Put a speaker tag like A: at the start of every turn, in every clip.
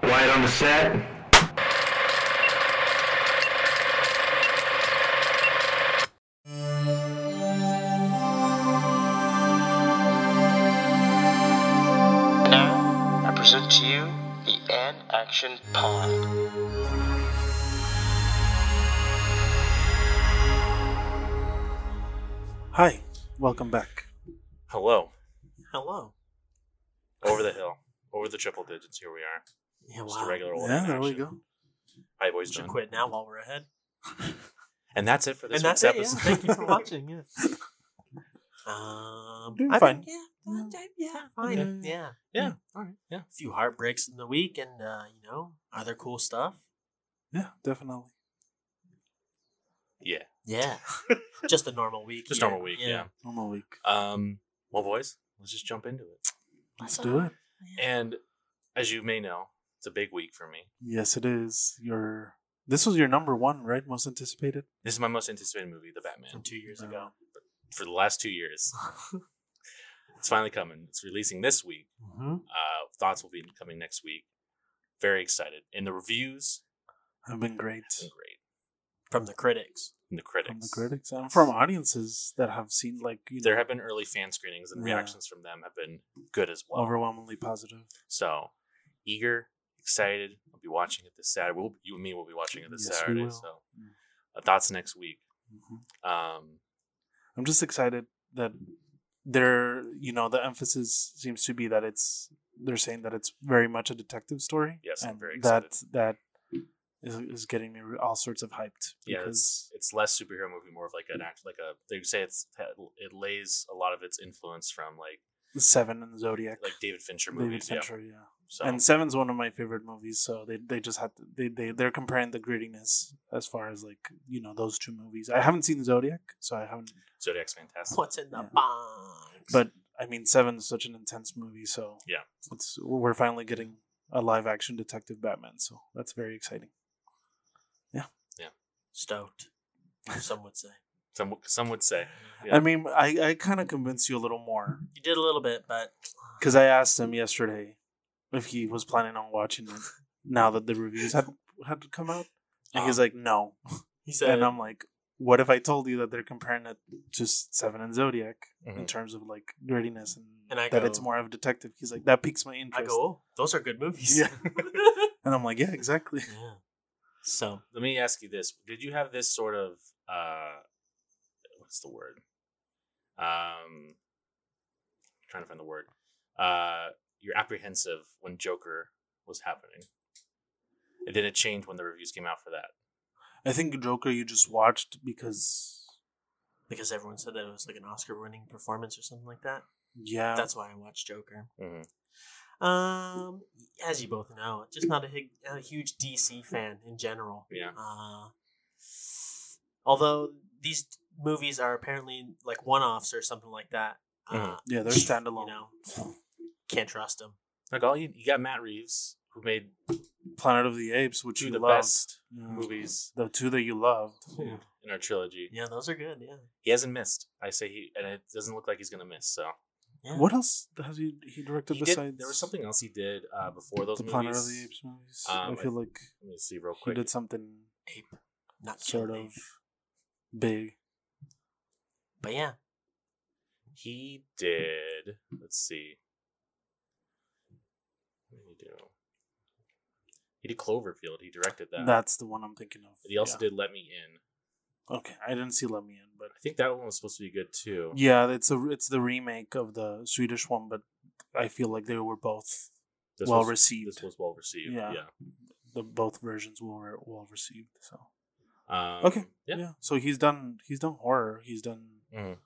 A: Quiet on the set.
B: Now, I present to you the An Action Pod.
C: Hi, welcome back.
D: Hello.
C: Hello.
D: Over the hill. Over the triple digits. Here we are.
C: Yeah,
D: Just a regular old
C: Yeah, there we
D: action.
C: go.
D: I've always
E: should
D: done.
E: quit now while we're ahead.
D: And that's it for this
E: and that's
D: week's
E: it. Yeah.
D: episode.
E: Thank you for watching. Yeah. Um,
C: Doing
E: I
C: fine.
E: Mean, yeah, uh, yeah, yeah, fine.
C: Okay.
E: Yeah,
D: yeah. All right. Yeah.
E: a few heartbreaks in the week, and uh, you know, other cool stuff.
C: Yeah, definitely.
D: Yeah.
E: Yeah, just a normal week.
D: Just
E: yeah,
D: normal week. Yeah.
C: Normal week.
D: Um. Well, boys, let's just jump into it.
C: Let's do it.
D: And as you may know, it's a big week for me.
C: Yes, it is. Your this was your number one, right? Most anticipated.
D: This is my most anticipated movie, The Batman,
E: From two years
C: Uh,
E: ago.
D: for the last two years. it's finally coming. It's releasing this week.
E: Mm-hmm.
D: Uh, thoughts will be coming next week. Very excited. And the reviews
C: I've been great
D: have been great.
E: From the critics.
D: And the critics.
C: from the critics and from audiences that have seen like you
D: There
C: know,
D: have been early fan screenings, and
C: Yeah.
D: reactions from them have been good as well.
C: overwhelmingly positive.
D: So eager, excited. I'll be watching it this Saturday. We'll, you and me will be watching it this
C: Yes, we
D: Saturday.
C: will.
D: So
C: Mm.
D: uh, thoughts next week.
C: Mhm.
D: Um,
C: I'm just excited that they're you know the emphasis seems to be that it's they're saying that it's very much a detective story.
D: Yes, I'm very
C: That that is, is getting me all sorts of hyped.
D: Yeah, it's less superhero movie, more of like an act, like a. They say it's it lays a lot of its influence from like
C: Seven and Zodiac.
D: like David Fincher
C: David
D: movies.
C: Fincher, yeah.
D: Yeah. So
C: And Seven's one of my favorite movies, so they they just had to, they they they're comparing the grittiness as far as like you know those two movies. I haven't seen Zodiac, so I haven't.
D: Zodiac's fantastic.
E: What's in the
C: Yeah.
E: box?
C: But I mean, Seven's such an intense movie, so
D: Yeah.
C: it's we're finally getting a live action detective Batman, so that's very exciting.
E: stoked. Some would say
D: Some some would say
C: I
D: Yeah.
C: mean, I I kind of convinced you a little more
E: you did a little bit, but
C: because I asked him yesterday if he was planning on watching it now that the reviews had had come out, and he's
D: Uh,
C: like, no,
E: he said
C: and I'm like, what if I told you that they're comparing it to S- Seven and Zodiac in
D: Mhm.
C: terms of like grittiness and,
E: And I
C: that
E: go-
C: it's more of a detective? He's like, that piques my
E: I
C: interest.
E: go, oh, those are good movies.
C: Yeah. And I'm like, yeah, exactly.
E: yeah. So
D: Let me ask you this: Did you have this sort of uh, what's the word? Um, trying to find the word. Uh, you're apprehensive when Joker was happening. It didn't change when the reviews came out for that.
C: I think Joker you just watched because
E: because everyone said that it was like an Oscar winning performance or something like that.
C: yeah,
E: That's why I watched Joker.
D: Mm-hmm.
E: Um, as you both know, just not a, hig- a huge DC fan in general.
D: Yeah.
E: Uh, although these movies are apparently like one offs or something like that. Uh,
C: yeah, Mm-hmm. they're standalone.
E: you know, can't trust them.
D: Like all you, you got Matt Reeves who made
C: Planet of the Apes, which
D: two
C: you
D: of the
C: loved.
D: best
C: Yeah.
D: movies
C: the two that you loved.
D: in our trilogy.
E: Yeah, those are good. Yeah.
D: He hasn't missed. I say he, and it doesn't look like he's gonna miss. So
E: yeah.
C: What else has he he directed
D: He did-
C: besides?
D: there was something else he did uh, before those
C: the
D: movies.
C: Planet of the Apes movies.
D: Um,
C: I feel like
D: Let me see real
C: he
D: quick.
C: did something
E: ape? Not
C: sort of big.
E: But yeah,
D: He did. Let's see. What did he do? He did Cloverfield. He directed that.
C: That's the one I'm thinking of.
D: he also
C: yeah.
D: did Let Me In.
C: Okay, I didn't see Let Me In, but
D: I think that one was supposed to be good too.
C: yeah, it's a it's the remake of the Swedish one, but I feel like they were both
D: This
C: well
D: was,
C: received.
D: This was well received.
C: Yeah.
D: Yeah.
C: the both versions were well received. So
D: Um,
C: Okay.
D: Yeah.
C: so he's done he's done horror, he's done
D: Mhm.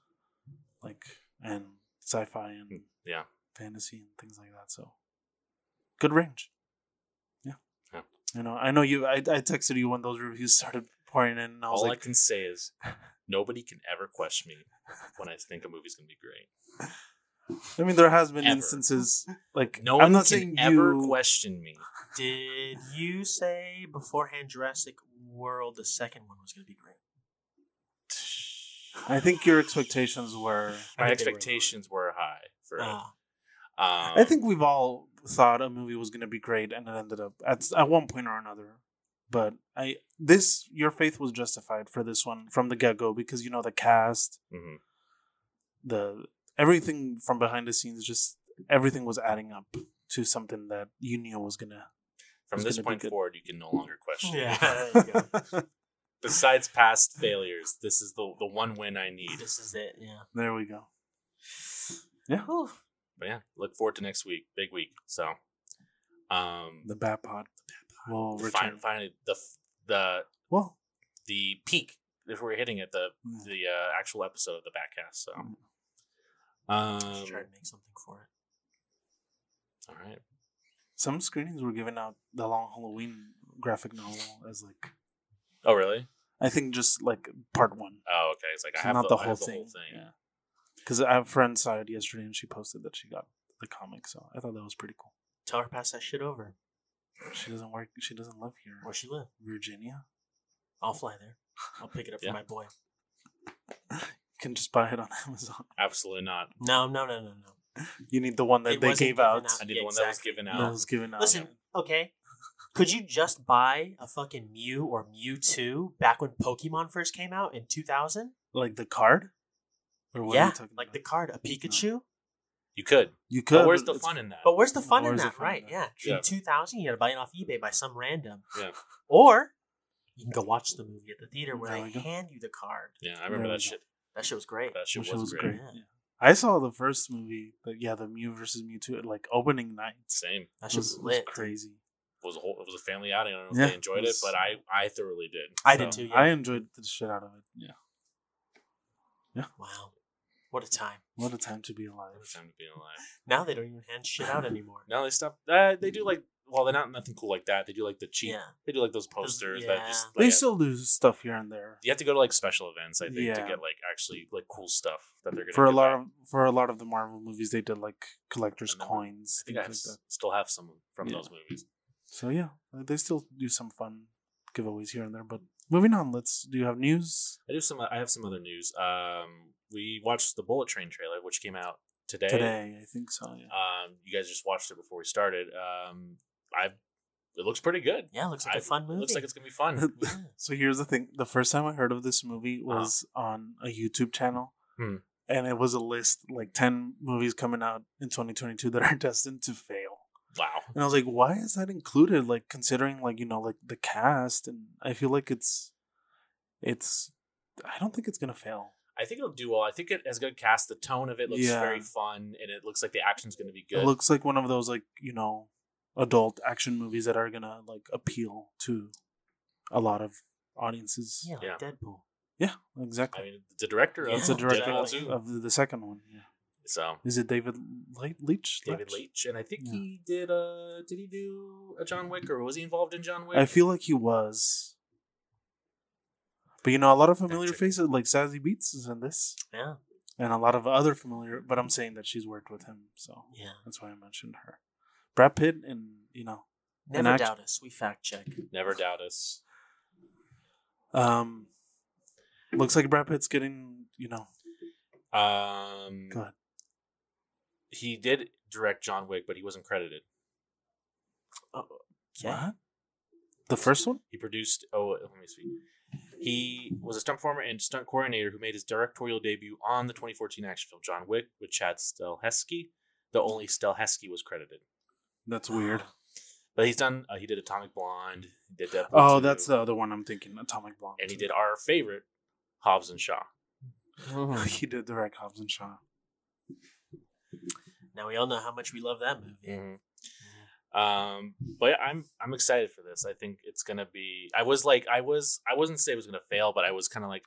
C: like and sci-fi and
D: Yeah.
C: fantasy and things like that. So good range. Yeah,
D: Yeah.
C: You know, I know you. I, I texted you when those reviews started pouring in. And I was
D: All I
C: like,
D: can say is nobody can ever question me when I think a movie's gonna be great.
C: I mean, there has been
D: Ever.
C: instances like
D: No
C: I'm
D: one
C: not
D: can
C: saying
D: ever
C: you.
D: question me.
E: did you say beforehand Jurassic World the second one was going to be great?
C: I think your expectations were
D: My
E: I think they were
D: expectations were high for it.
E: Ah,
D: Um,
C: I think we've all thought a movie was going to be great, and it ended up at at one point or another. But I this your faith was justified for this one from the get go because you know the cast,
D: Mhm.
C: the everything from behind the scenes, just everything was adding up to something that you knew was gonna.
D: from
C: it's
D: this
C: gonna be
D: point
C: good.
D: forward, you can no longer question.
E: Oh, Yeah, there you go.
D: Besides past failures, this is the the one win I need.
E: this is it. Yeah.
C: there we go.
E: Whew.
D: But yeah, look forward to next week, big week. So, um,
C: The Bat Pod will
D: the
C: return.
D: fin- finally the f- the
C: Well,
D: the peak if we're hitting at the
C: Hmm.
D: the uh, actual episode of the backcast. So,
E: Should try
D: um,
E: to make something for it.
D: all right,
C: some screenings were giving out the Long Halloween graphic novel as like
D: Oh, really?
C: I think just like part one.
D: Oh, okay. It's like I
C: So
D: have
C: not the,
D: the, I
C: whole,
D: have the
C: thing.
D: whole thing.
C: Because I have a friend saw it yesterday and she posted that she got the comic, so I thought that was pretty cool.
E: Tell her to pass that shit over.
C: She doesn't work. She doesn't live here.
E: Where she live?
C: Virginia.
E: I'll fly there. I'll pick it up
D: Yeah.
E: for my boy.
C: Can just buy it on Amazon.
D: Absolutely not.
E: No, no, no, no, no.
C: You need the one that
E: It
C: they
E: wasn't
C: gave
E: given
C: out.
D: I need the one that was
E: Exactly.
D: given
C: No,
D: out.
C: it was given out.
E: Listen, okay. Could you just buy a fucking Mew or Mewtwo back when Pokemon first came out in 2000?
C: like the card. Or what are you
E: yeah,
C: talking
E: like the
C: about?
E: card, a Pikachu.
D: You could.
C: you could.
D: But where's the
C: it's- Oh.
D: fun in that?
E: But where's the fun in
C: Where's the
E: that,
C: fun in
E: right?
C: that?
E: Yeah.
D: Yeah.
E: In 2000, you had to buy it off eBay by some random.
D: Yeah.
E: Or you can go watch the movie at the theater where
C: There we
E: they
C: go.
E: hand you the card.
D: Yeah, I remember
C: There we
D: that
C: go.
D: shit.
E: That shit was great.
D: That shit
C: Which
D: was,
C: was
D: great.
C: great.
E: Yeah.
C: Yeah. I saw the first movie, but yeah, the Mew versus Mewtwo at like opening night.
D: Same.
E: That
C: It
E: shit
C: was,
E: was
C: it was
E: lit.
C: crazy.
D: It was a whole. It was a family outing. I don't know if
C: Yeah,
D: they enjoyed
C: it
D: it,
C: was-
D: but I I thoroughly did.
E: I did too. Yeah.
C: I enjoyed the shit out of it. Yeah.
E: Wow. What a time.
C: What a time to be alive.
D: It was time to be alive.
E: Now they don't even hand shit out anymore.
D: Now they stop. Uh, they do like. Well, they're not nothing cool like that. They do like the cheap.
E: Yeah.
D: They do like those posters that
E: yeah.
D: just.
C: They
D: like,
C: still do stuff here and there.
D: You have to go to like special events, I think, to
C: Yeah.
D: get like actually like cool stuff that they're gonna.
C: for a
D: give
C: lot
D: out.
C: of for a lot of the Marvel movies, they did like collectors'
D: I remember.
C: coins, things
D: I think I
C: like
D: have,
C: that.
D: s- still have some from
C: Yeah.
D: those movies.
C: So yeah, uh, they still do some fun giveaways here and there. But moving on, let's do you have news
D: I do some. I have some other news. Um, we watched the Bullet Train trailer, which came out today.
C: today? I think so. Yeah.
D: Um, you guys just watched it before we started. Um, I. It looks pretty good.
E: Yeah, looks like a
D: I-
E: fun
D: It
E: movie.
D: looks like it's gonna be fun.
E: Yeah.
C: So here's the thing: the first time I heard of this movie was on a YouTube channel,
D: Uh-huh. Hmm.
C: and it was a list like ten movies coming out in 2022 that are destined to fail.
D: wow.
C: And I was like, why is that included? Like considering like, you know, like the cast and I feel like it's it's I don't think it's gonna fail.
D: I think it'll do well. I think it has good cast. The tone of it looks
C: Yeah.
D: very fun, and it looks like the action's going to be good.
C: It looks like one of those like, you know, adult action movies that are gonna like appeal to a lot of audiences.
E: Yeah, like
D: Yeah.
E: Deadpool.
C: Yeah,
D: I
C: exactly.
D: mean, the director of
E: Yeah.
C: That's the director
D: Deadpool
C: of,
E: definitely.
D: too.
C: of the, the second one. Yeah.
D: so
C: Is it David Le- Leach?
D: David Leitch, and I think
C: Yeah.
D: he did. Uh, did he do a John Wick, or was he involved in John Wick?
C: I feel like he was. But you know, a lot of familiar
D: check.
C: faces like Sassy Beats is in this.
E: Yeah.
C: and a lot of other familiar but i'm saying that she's worked with him so
E: Yeah.
C: that's why i mentioned her brad pitt and you know
E: Never
C: act-
E: doubt us. We fact check.
D: Never doubt us.
C: um looks like brad pitt's getting you know
D: Um,
C: Go ahead.
D: He did direct John Wick, but he wasn't credited.
E: Yeah.
C: what? the first one
D: He produced. Oh, let me see. He was a stunt performer and stunt coordinator who made his directorial debut on the 2014 action film John Wick with Chad Stelhesky. The only Stelhesky was credited.
C: that's weird
D: But he's done. Uh, he did Atomic Blonde. He did Deadpool.
C: oh
D: 2,
C: that's the other one i'm thinking atomic blonde
D: and he did our favorite Hobbs and Shaw.
C: Oh, he did direct hobbs and shaw
E: Now we all know how much we love that movie.
C: Mm-hmm.
D: Um, but yeah, I'm I'm excited for this. I think it's gonna be. I was like, I was. I wasn't say it was gonna fail, but I was kind of like,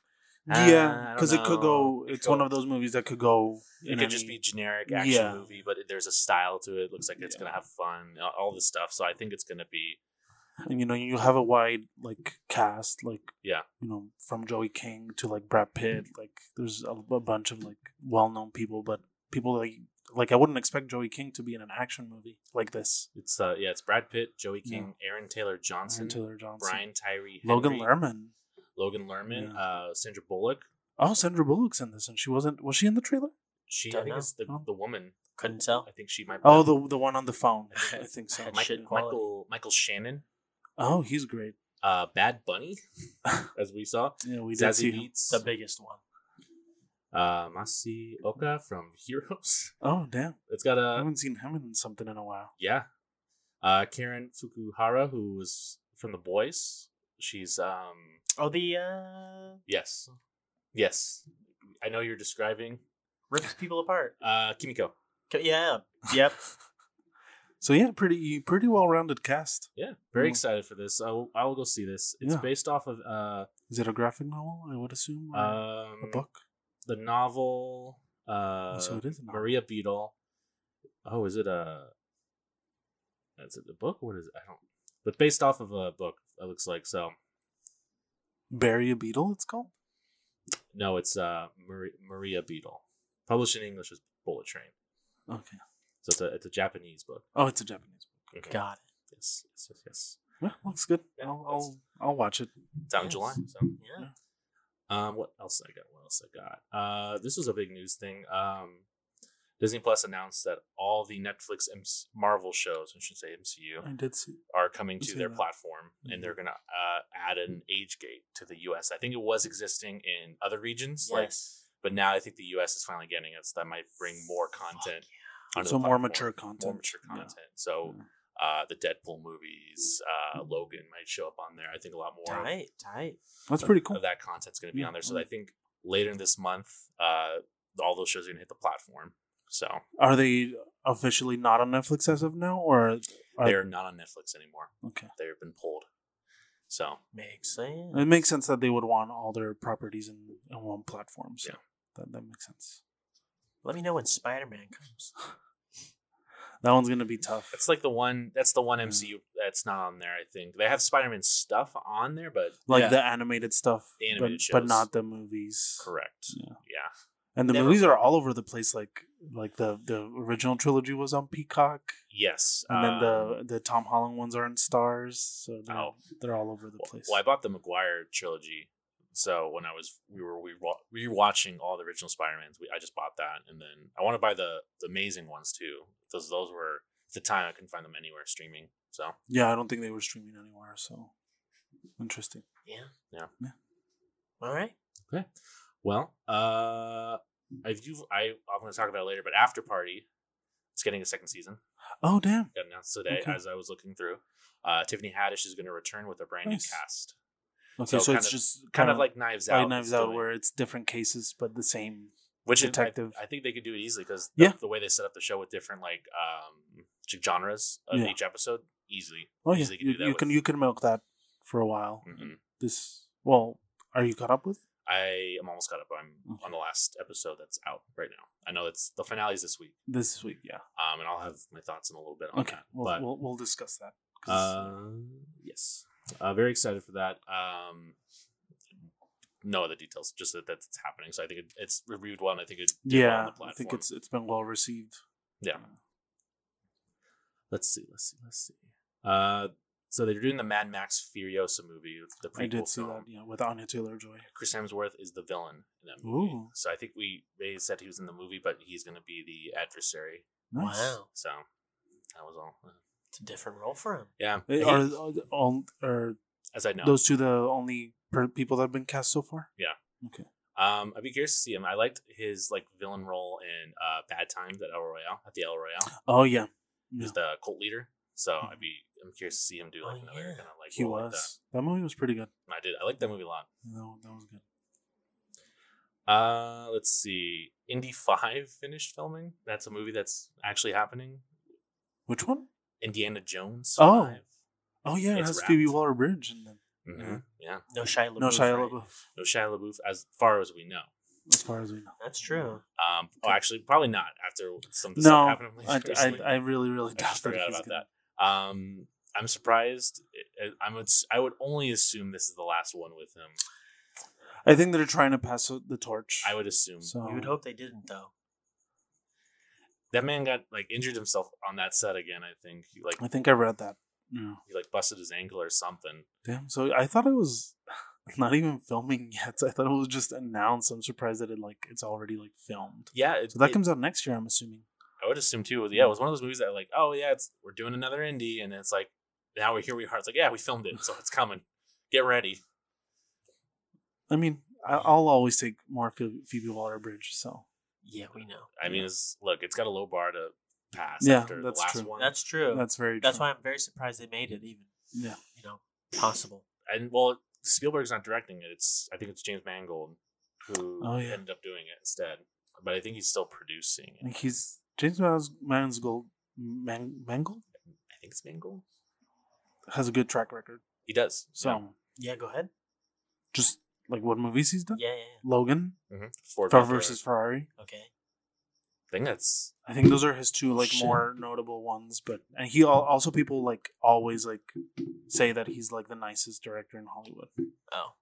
D: Ah, I
C: yeah
D: don't
C: because it could
D: know.
C: go
D: It
C: it's
D: could
C: one
D: go-
C: of those movies that could go
D: it
C: in
D: could just
C: any-
D: be generic action
C: Yeah.
D: movie, but there's a style to it. it looks like it's
C: Yeah.
D: gonna have fun, a- all this stuff. So I think it's gonna be.
C: and you know you have a wide like cast like
D: Yeah.
C: you know from joey king to like brad pitt like there's a, a bunch of like well-known people but people like like i wouldn't expect joey king to be in an action movie like this
D: It's uh yeah, it's Brad Pitt, Joey King, Aaron Taylor Johnson,
C: Aaron Taylor Johnson,
D: Brian Tyree,
C: logan
D: Henry,
C: lerman
D: Logan Lerman,
C: Yeah.
D: uh, Sandra Bullock.
C: oh sandra bullock's in this and she wasn't was she in the trailer
D: She, I
E: Don't
D: think
E: know.
D: it's the,
C: Oh.
D: the woman.
E: Couldn't tell.
D: I think she might.
C: Oh, the the one on the phone. I think so.
E: Had
D: Mike-
E: shit quality.
D: Oh, Michael Michael Shannon,
C: Oh, he's great.
D: uh, Bad Bunny, as we saw.
C: Yeah, we did see
D: Zazie
C: him.
D: Beats,
E: The biggest one.
D: uh, Masioka from Heroes.
C: Oh, damn.
D: It's got
C: I
D: a
C: haven't seen him in something in a while.
D: yeah. Uh, Karen Fukuhara, who was from The Boys. She's um
E: Oh, the uh,
D: yes, yes. I know you're describing
E: rips people apart.
D: uh Kimiko.
E: K- Yeah. Yep.
C: So yeah, pretty pretty well rounded cast.
D: Yeah, very
C: Mhm.
D: excited for this. I will, I will go see this. It's
C: Yeah.
D: based off of uh
C: Is it a graphic novel? I would assume. or
D: um
C: a book. Oh,
D: the novel uh
C: so it is a novel.
D: Maria Beadle. Oh, is it a? Is it the book? What is it? I don't. But based off of a book, it looks like so.
C: Bury a beetle. It's called.
D: No, it's uh Maria, Maria Beadle, published in English as Bullet Train.
C: Okay.
D: So it's a it's a Japanese book.
C: Oh, it's a Japanese.
E: Got it.
D: Yes, yes, yes. yes.
C: book. Well, looks good.
D: Yeah,
C: I'll,
D: that's-
C: I'll I'll watch it.
D: It's out in
E: Yes.
D: July. So
E: Yeah.
D: um, what else I got? What else I got? Uh, this was a big news thing. Um, Disney Plus announced that all the Netflix MC- Marvel shows, I should say MCU,
C: I did see.
D: are coming to
C: Seen
D: their
C: that. Mm-hmm.
D: platform and they're going to uh, add an age gate to the US. I think it was existing in other regions, like,
E: Yes.
D: but now I think the US is finally getting it. So that might bring more content. onto
C: So
D: the
C: more
D: platform,
C: mature content.
D: More mature
C: Yeah. Mm-hmm.
D: content. So uh, the Deadpool movies, uh, Logan might show up on there. I think a lot more of-
E: Tight. Tight.
C: That's
D: of-
C: pretty cool.
D: of uh, that content's going to be
C: Yeah.
D: on there. So I think later in this month, uh, all those shows are going to hit the platform. So
C: Are they officially not on Netflix as of now, or Are-
D: they're not on Netflix anymore.
C: okay?
D: They've been pulled. So
E: Makes sense.
C: It makes sense that they would want all their properties in, in one platform. So
D: Yeah.
C: that, that makes sense.
E: Let me know when Spider Man comes.
C: That one's gonna be tough.
D: That's like the one. That's the one
C: Yeah.
D: MCU that's not on there. I think they have Spider Man stuff on there, but
C: like
D: Yeah,
C: the animated stuff,
D: The animated
C: but, but
D: shows.
C: not the movies.
D: correct.
C: Yeah.
D: Yeah,
C: And the
D: Never-
C: movies are all over the place. Like like the the original trilogy was on Peacock,
D: yes.
C: and then
D: um,
C: the the Tom Holland ones are on Stars. So they're,
D: Oh.
C: they're all over the place.
D: Well, I bought the McGuire trilogy. So when I was we were we rewatching all the original Spider Mans, we I just bought that, and then I want to buy the the amazing ones too. Those those were at the time I couldn't find them anywhere streaming. So
C: yeah, I don't think they were streaming anywhere. So interesting.
E: Yeah.
D: Yeah.
C: Yeah.
E: All right.
D: well, uh, I've you I I'm going to talk about it later, but After Party, it's getting a second season.
C: Oh damn!
D: got announced today
C: Okay.
D: as I was looking through. Uh, Tiffany Haddish is going to return with a brand
C: Nice.
D: new cast,
C: Okay,
D: So
C: so,
D: kind
C: it's
D: of-
C: just
D: kind of like Knives Out,
C: Five
D: is
C: Knives Out,
D: doing,
C: where it's different cases but the same.
D: which is- I-
C: detective-
D: I, think they could do it easily because
C: Yeah.
D: the, way they set up the show with different like um j- genres of
C: Yeah.
D: each episode, easily.
C: Oh yeah,
D: easily
C: you, you can you can milk that for a while.
D: Mhm.
C: This well, are you caught up with?
D: I am almost caught up. I'm
C: Okay.
D: on the last episode that's out right now. I know it's the finale's this week,
C: This week, yeah.
D: um, and I'll have my thoughts in a little bit on
C: Okay,
D: that.
C: we'll,
D: but
C: we'll we'll discuss that. 'cause-
D: Uh, yes. Uh, very excited for that. Um, no other details, just that that's it's happening. So I think it, it's reviewed well, and I think it did well on
C: yeah,
D: the platform.
C: I think it's it's been well received.
D: yeah. Let's see, let's see, let's see. Uh, so they're doing the Mad Max Furiosa movie, the prequel
C: I did see
D: film.
C: that. Yeah, with Anya Taylor Joy.
D: Chris Hemsworth is the villain in that movie.
C: Ooh.
D: So I think we they said he was in the movie, but he's going to be the adversary.
C: Nice.
E: Wow.
D: So that was all.
E: It's a different role for him.
D: Yeah,
C: Eh,
D: he-
C: Are, are, the- all- are
D: as I know,
C: those two the only per- people that have been cast so far?
D: Um, I'd be curious to see him. I liked his like villain role in uh, Bad Times at El Royale at the El Royale.
C: Oh yeah,
D: He's
C: Yeah.
D: the cult leader. So
C: Mhm.
D: I'd be I'm curious to see him do like
E: Oh,
D: another
E: yeah.
D: kind of like
C: he
D: role
C: was.
D: like that.
C: that. movie was pretty good.
D: And I did. I liked that movie a lot.
C: That, wa- that was good.
D: Uh, let's see. Indy Five finished filming. That's a movie that's actually happening.
C: Which one?
D: Indiana Jones.
C: Oh.
D: 5.
C: Oh yeah, it
D: It's
C: has
D: wrapped.
C: Phoebe Waller Bridge and then
D: Mhm.
C: Mhm.
D: Yeah.
E: No Shia LaBeouf.
C: no Shia
E: right?
C: LaBeouf,
D: No Shia LaBeouf, as far as we know.
C: as far as we know.
E: That's true.
D: Um. Oh, actually, probably not. After some of the
C: No,
D: stuff happened
C: I,
D: recently.
C: I, I really really
D: I
C: doubt
D: just
C: that
D: forgot
C: he's
D: about
C: gonna-
D: that. Um, I'm surprised. I- I- I'm. would- I would only assume this is the last one with him.
C: I think they're trying to pass the torch.
D: I would assume
C: So
E: You would hope they didn't, though.
D: that man got like injured himself on that set again. I think he like
C: I think I read that. Yeah.
D: he like busted his ankle or something.
C: Damn. So I thought it was not even filming yet. I thought it was just announced. I'm surprised that it like it's already like filmed.
D: Yeah, it,
C: So that
D: it-
C: comes out next year, I'm assuming.
D: I I would assume too. Yeah, it was one of those movies that like, oh yeah, it's we're doing another indie, and it's like now we here we are. It's like yeah, we filmed it, so it's coming. Get ready.
C: I mean, I- I'll always take more Phoe- Phoebe Waller Bridge. So
E: Yeah, we know.
D: I mean, it's, look, it's got a low bar to pass
C: Yeah,
D: after
C: that's
D: the last
C: true.
D: one.
E: That's true. That's,
C: that's very. true.
E: why I'm very surprised they made it even.
C: Yeah.
E: You know, possible.
D: and well, Spielberg's not directing it. It's I think it's James Mangold who
C: Oh, yeah. Mm-hmm.
D: ended up doing it instead. But I think he's still producing.
C: I think
D: It.
C: he's James Mans- Mangold. Man- Mangold
D: I think it's Mangold.
C: has a good track record.
D: He does.
C: So
D: yeah.
E: Yeah, go ahead.
C: just like what movies he's done,
E: Yeah, yeah, yeah.
C: Logan,
D: Mhm. Ford
C: Ford
D: Ferrari.
C: versus Ferrari.
E: Okay.
D: I think that's
C: I think those are his two like
E: Shit.
C: more notable ones. But and he al- also people like always like say that he's like the nicest director in Hollywood.
E: Oh.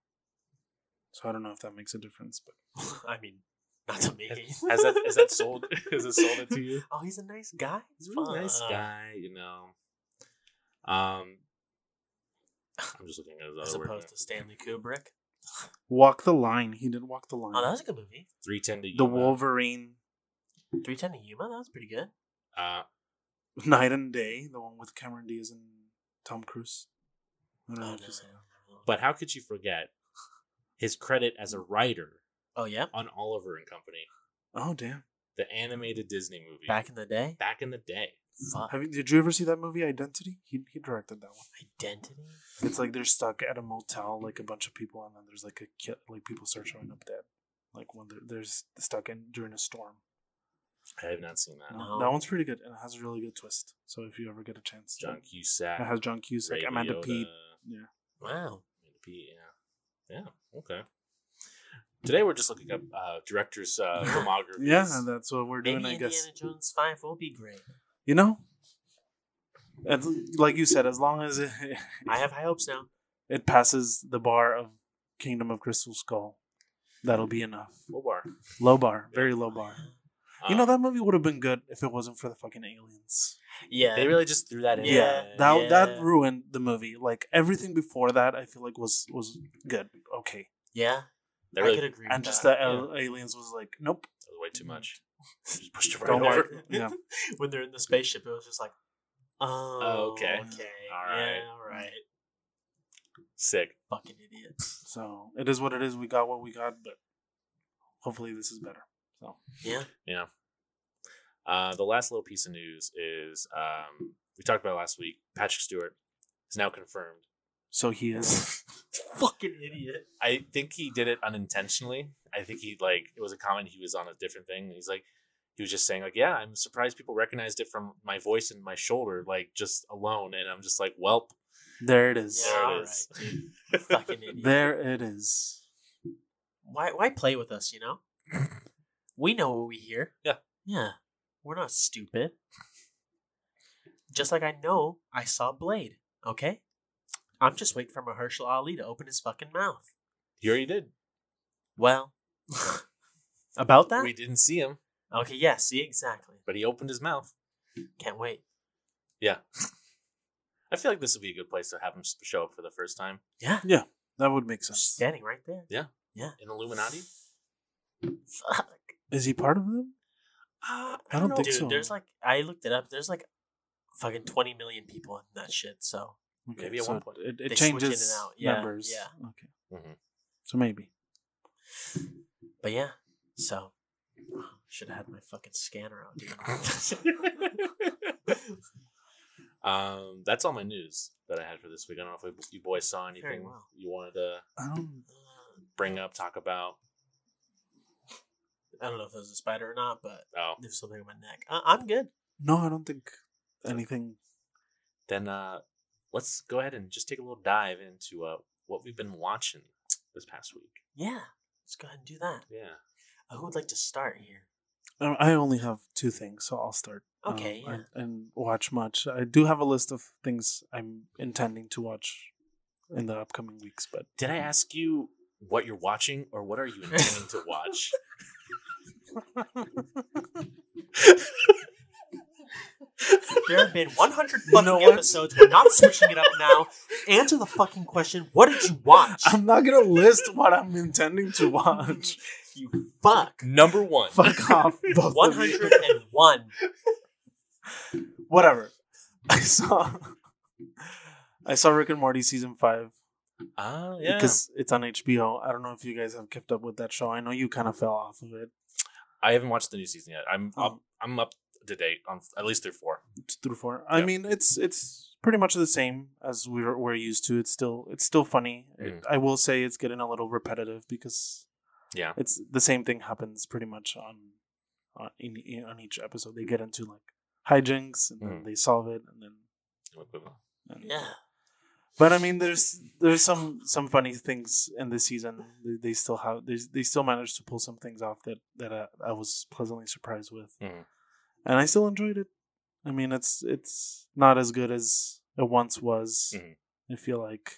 C: So I don't know if that makes a difference, but
E: I mean, not to me.
D: has that is that sold is it sold it to you?
E: Oh, he's uh, a nice guy.
D: He's a really nice
E: Fuck.
D: guy, you know. Um, I'm just looking at his
E: As
D: other word.
E: opposed to Stanley Kubrick.
C: Walk the Line. He did Walk the Line.
E: Oh, that was a good movie.
D: Three ten to
C: the
D: Yuma.
C: Wolverine,
E: Three Ten to Yuma. That was pretty good.
D: Uh,
C: Night and Day, the one with Cameron Diaz and Tom Cruise. I
E: Oh,
C: don't know if
E: no,
C: you saw
E: no,
C: that.
E: no, no.
D: but how could you forget his credit as a writer
E: oh yeah,
D: on Oliver and Company,
C: Oh damn!
D: the animated Disney movie
E: back in the day.
D: back in the day?
E: Fuck.
C: Have you, did you ever see that movie Identity? He he directed that one.
E: Identity.
C: It's like they're stuck at a motel, like a bunch of people, and then there's like a kid, like people start showing up dead, like when they're, they're s- stuck in during a storm.
D: I have not seen that.
C: No,
E: No.
C: That one's pretty good, and it has a really good twist. So if you ever get a chance,
D: John
C: it
D: Cusack,
C: has John Cusack,
D: Ray
C: Amanda
D: Liotta,
C: Peet.
E: Wow.
D: Amanda Peet, yeah, yeah, okay. Today we're just looking up uh, directors' uh, filmographies.
C: Yeah, and that's what we're
E: Maybe
C: doing, I
E: Indiana
C: guess.
E: Jones Five will be great.
C: You know, as, like you said, as long as it,
E: I have high hopes now.
C: it passes the bar of Kingdom of Crystal Skull, that'll be enough.
D: What bar?
C: Low bar, very low bar. You
D: Um,
C: know that movie would have been good if it wasn't for the fucking aliens.
E: Yeah.
D: They really just threw that in.
E: Yeah.
C: Yeah,
D: there.
C: that
E: Yeah.
C: that ruined the movie. Like everything before that, I feel like was was good, okay.
E: yeah.
D: They
E: I
D: really-
E: could agree.
C: And
E: with
C: just
E: that.
C: the al- aliens was like, nope,
D: That was way too much. Just pushed it right
C: don't
D: over.
C: work. Yeah,
E: when they're in the spaceship, it was just like, oh,
D: Okay.
E: okay,
D: All
E: all
D: right.
E: right, all right,
D: Sick.
E: fucking idiots.
C: so it is what it is. We got what we got, but hopefully this is better.
E: Yeah,
D: Yeah. Uh, the last little piece of news is um, we talked about it last week. Patrick Stewart is now confirmed.
C: So he is.
E: fucking idiot.
D: I think he did it unintentionally. I think he like it was a comment he was on a different thing. He's like he was just saying like, yeah, I'm surprised people recognized it from my voice and my shoulder, like just alone. And I'm just like, welp.
C: There it is.
E: Yeah,
D: it
E: all
D: is.
E: right, dude. fucking idiot.
C: There it is.
E: Why, why play with us? You know, we know what we hear.
D: Yeah.
E: yeah, we're not stupid. Just like I know, I saw Blade. Okay, I'm just waiting for Mahershala Ali to open his fucking mouth.
D: He already did.
E: Well, about that.
D: We didn't see him,
E: Okay, yeah, see exactly.
D: but he opened his mouth.
E: Can't wait.
D: Yeah. I feel like this would be a good place to have him s- show up for the first time.
E: Yeah,
C: That would make sense.
E: standing right there.
D: In Illuminati?
E: Fuck.
C: Is he part of them?
E: Uh,
C: I don't think
E: dude,
C: so.
E: There's like I looked it up. There's like fucking 20 million people in that shit. So
C: Okay,
D: Maybe at one point.
C: it,
E: They
C: it
E: switch in and
C: changes
E: out. Yeah,
C: numbers.
E: yeah. Mm-hmm.
C: Okay,
D: Mhm.
C: so maybe.
E: But yeah, so should have had my fucking scanner out, dude.
D: um, that's all my news that I had for this week. I don't know if you boys saw
E: Very
D: anything
E: well.
D: you wanted to
C: I don't.
E: Uh,
D: bring up, talk about.
E: I don't know if it was a spider or not, but
D: Oh,
E: there's something on my neck. Uh, I'm good.
C: No, I don't think anything.
D: then uh, let's go ahead and just take a little dive into uh, what we've been watching this past week.
E: Yeah, let's go ahead and do that.
D: Yeah.
E: Uh, who would like to start here?
C: I Um, I only have two things, so I'll start.
E: Okay,
C: I
E: yeah.
C: didn't watch much. I do have a list of things I'm intending to watch in the upcoming weeks, but
D: Did I ask you what you're watching or what are you intending to watch?
E: There have been 100 fucking
C: know what?
E: episodes. We're not switching it up now. Answer the fucking question. What did you watch?
C: I'm not gonna list what I'm intending to watch.
E: You fuck.
A: Number one.
C: Fuck off. both
E: One
C: of you.
E: hundred and one.
C: Whatever. I saw. I saw Rick and Morty season five
A: Ah, yeah.
C: because it's on HBO. I don't know if you guys have kept up with that show. I know you kind of fell off of it
D: I haven't watched the new season yet. I'm up.
C: Oh.
D: I'm up to date on at least through four.
C: It's through four. I
D: Yep.
C: mean, it's it's pretty much the same as we we're, we're used to. It's still it's still funny. It-
D: Mhm.
C: I will say it's getting a little repetitive because
D: Yeah.
C: it's the same thing happens pretty much on on, in, in- on each episode. They get into like hijinks and then
D: Mhm.
C: they solve it and then. and-
E: Yeah.
C: But I mean, there's there's some some funny things in this season. They, they still have they they still managed to pull some things off that that I, I was pleasantly surprised with,
E: Mm-hmm.
D: Mhm.
C: and I still enjoyed it. I mean, it's it's not as good as it once was.
E: Mm-hmm.
D: Mhm.
C: I feel like,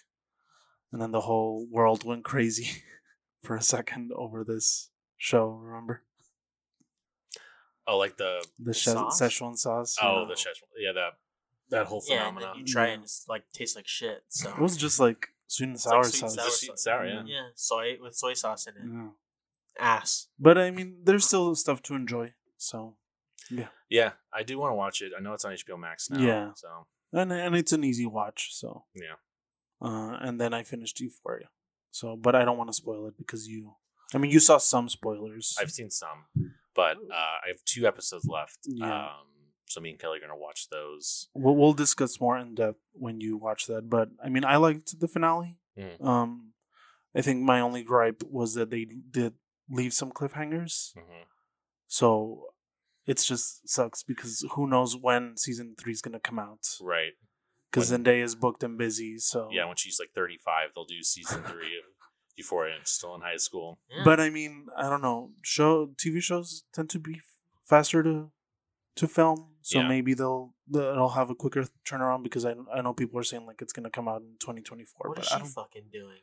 C: and then the whole world went crazy for a second over this show. Remember
D: Oh, like the
C: the, sh-
E: sauce?
C: Szechuan sauce? you
D: oh
C: know?
D: the Szechuan. Yeah, that that whole
E: Yeah, and
D: phenomenon.
E: then you try it
C: Yeah.
E: and it's like tastes like shit. So
C: it was just like sweet and
E: like
C: sour
E: sweet and
C: sauce.
E: sour Mm-hmm.
D: Just sweet and sour, yeah.
E: yeah, soy with soy sauce in it.
C: Yeah.
E: Ass.
C: But I mean, there's still stuff to enjoy. So
D: Yeah, I do want to watch it. I know it's on HBO Max now.
C: Yeah.
D: So
C: and and it's an easy watch. So
D: Yeah.
C: uh, and then I finished Euphoria. So, but I don't want to spoil it because you. I mean, you saw some spoilers.
D: I've seen some, but uh, I have two episodes left.
C: Oh. Yeah.
D: Um, so me and Kelly are gonna watch those.
C: we'll, we'll discuss more in depth when you watch that. But I mean, I liked the finale.
D: Mhm.
C: Um, I think my only gripe was that they did leave some cliffhangers.
D: Mhm.
C: So it's just sucks because who knows when season three is gonna come out?
D: Right.
C: Because
D: When-
C: Zendaya is booked and busy. So
D: Yeah, when she's like 35, they'll do season three of Euphoria and still in high school.
E: Yeah.
C: But I mean, I don't know. Show TV shows tend to be f- faster to to film, so
D: Yeah.
C: maybe they'll they'll have a quicker turnaround because I I know people are saying like it's gonna come out in 2024,
E: what
C: but
E: is
C: I
E: she
C: don't.
E: fucking doing?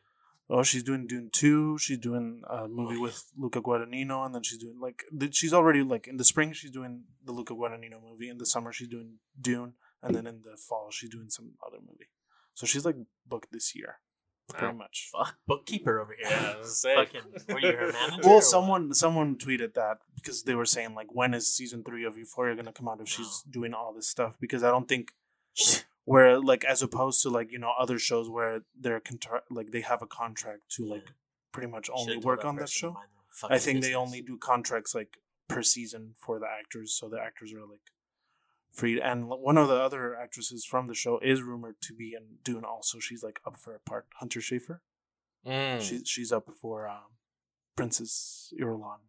C: Oh, she's doing Dune two. She's doing a movie
E: yeah.
C: with Luca Guadagnino, and then she's doing like th- she's already like in the spring she's doing the Luca Guadagnino movie. In the summer she's doing Dune, and then in the fall she's doing some other movie. So she's like booked this year, pretty much.
E: Fuck, bookkeeper over here.
D: Yeah, I was gonna say.
E: fucking, were you her manager? or
C: Well,
E: what?
C: someone someone tweeted that because they were saying like, when is season three of Euphoria gonna come out if she's
E: Oh.
C: doing all this stuff? Because I don't think where like as opposed to like you know other shows where they're contra- like they have a contract to like pretty much
E: Should've
C: only
E: told
C: work on that
E: person to
C: show.
E: mind their own fucking
C: I think they
E: business.
C: only do contracts like per season for the actors, so the actors are like free. And l- one of the other actresses from the show is rumored to be in Dune. Also, she's like up for a part. Hunter Schafer.
E: Hmm.
D: Mm,
C: She's she's up for um, Princess Irulan.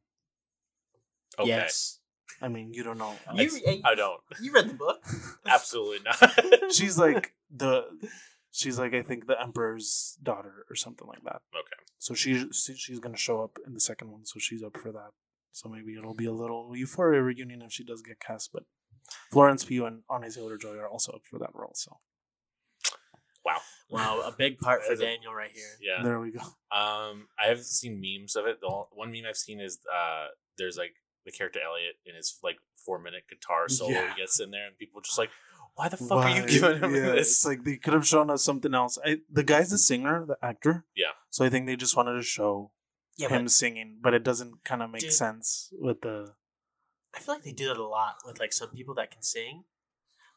D: okay.
E: Yes.
C: I mean, you don't know.
E: You, eh,
D: I don't.
E: You read the book.
D: Absolutely not.
C: She's like the she's like I think the emperor's daughter or something like that.
D: Okay.
C: So she she- she's going to show up in the second one, so she's up for that. So maybe it'll be a little euphoria reunion if she does get cast, but Florence Pugh and Anna Taylor Joy are also up for that role. So
E: Wow, a big part for
D: As a-
E: Daniel right here.
D: Yeah.
C: there we go.
D: Um, I have seen memes of it. The whole- one meme I've seen is uh, there's like the character Elliot in his like four minute guitar solo
C: Yeah.
D: he gets in there, and people are just like, "Why the fuck are you
C: Why-
D: giving him
C: yeah,
D: this?"
C: It's like they could have shown us something else. I, the guy's the singer, the actor.
D: Yeah.
C: So I think they just wanted to show
E: Yeah,
C: him
E: but
C: singing, but it doesn't kind of make
E: Dude.
C: sense with the
E: I feel like they do that a lot with like some people that can sing,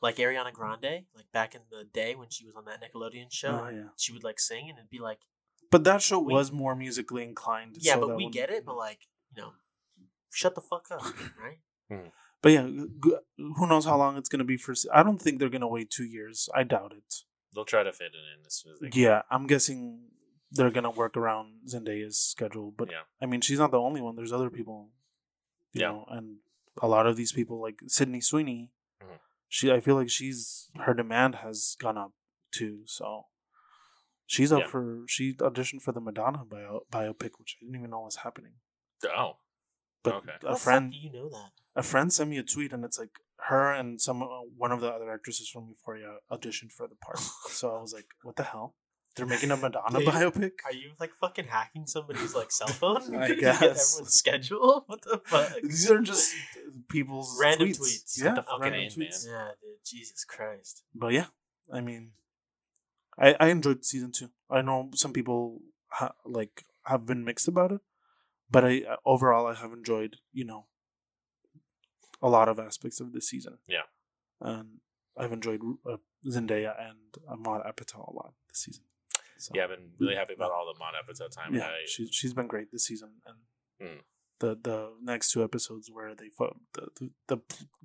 E: like Ariana Grande. Like back in the day when she was on that Nickelodeon show,
C: Oh, yeah.
E: she would like sing and it'd be like,
C: But that show
E: We-
C: was more musically inclined.
E: yeah,
C: so
E: but
C: that
E: we
C: one-
E: get it, but like you know, shut the fuck up, right?
C: But yeah, g- who knows how long it's gonna be for? se- I don't think they're gonna wait two years. I doubt it.
D: They'll try to fit it in as soon as they can.
C: Yeah, I'm guessing they're gonna work around Zendaya's schedule. But
D: Yeah.
C: I mean, she's not the only one. There's other people. You
D: Yeah.
C: know, and a lot of these people, like Sydney Sweeney,
D: Mhm.
C: she I feel like she's her demand has gone up too. So she's up
D: Yeah.
C: for she auditioned for the Madonna bio, biopic, which I didn't even know was happening.
D: Oh,
C: But
D: Okay.
E: How
C: a
E: the fuck
C: friend
E: do you know that?
C: a friend sent me a tweet and it's like her and some uh, one of the other actresses from Euphoria auditioned for the part. so I was like, what the hell? They're making a Madonna
E: They-
C: biopic?
E: Are you like fucking hacking somebody's like cell phone?
C: I
E: to get
C: guess.
E: everyone's schedule. What the fuck?
C: These are just uh, people's
E: Random
C: tweets.
E: tweets.
C: Yeah,
D: the fucking
C: random
D: aim,
C: tweets.
E: Yeah, dude. Jesus Christ.
C: But yeah, I mean, I I enjoyed season two. I know some people ha- like have been mixed about it, But I uh, overall I have enjoyed you know a lot of aspects of this season.
D: Yeah.
C: and I've enjoyed uh, Zendaya and Amara Apatow a lot this season. So,
D: Yeah, I've been really happy about all the Mon episode time.
C: yeah,
D: I-
C: she she's been great this season, and
D: Mm.
C: the the next two episodes where they fought the the the,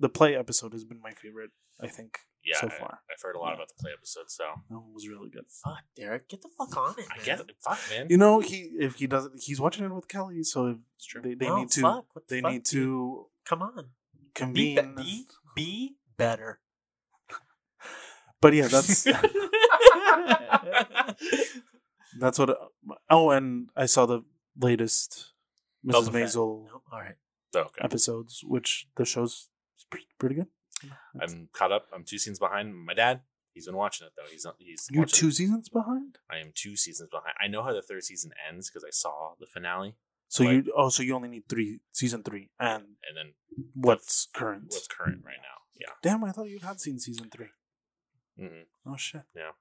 C: the play episode has been my favorite. I think
D: yeah,
C: so
D: I-
C: far
D: I've heard a lot
C: Yeah.
D: about the play episode, so
C: that one was really good.
E: Fuck, Derek, get the fuck on it.
D: I
E: man.
D: guess fuck man,
C: You know, he if he doesn't, he's watching it with Kelly, so if
D: it's true.
C: they, they
E: Oh,
C: need to
E: fuck, what the
C: they
E: fuck,
C: need to
E: dude? come on. Be, be,
C: convene.
E: be, be better.
C: But yeah, that's that's what. Oh, and I saw the latest
D: Boba
C: Mrs.
D: Fett.
C: Maisel
E: Nope, all right.
D: okay,
C: episodes, which the show's pretty, pretty good.
D: I'm caught up. I'm two seasons behind. My dad, he's been watching it though. He's not. He's
C: You're
D: watching
C: two
D: it.
C: seasons behind,
D: I am two seasons behind. I know how the third season ends because I saw the finale
C: so
D: Like-
C: you oh, so you only need three season three and
D: and then
C: what's current.
D: what's current right now.
C: Damn, I thought you had seen season three.
D: Yeah. Mm-hmm.
C: Oh shit.
D: Yeah.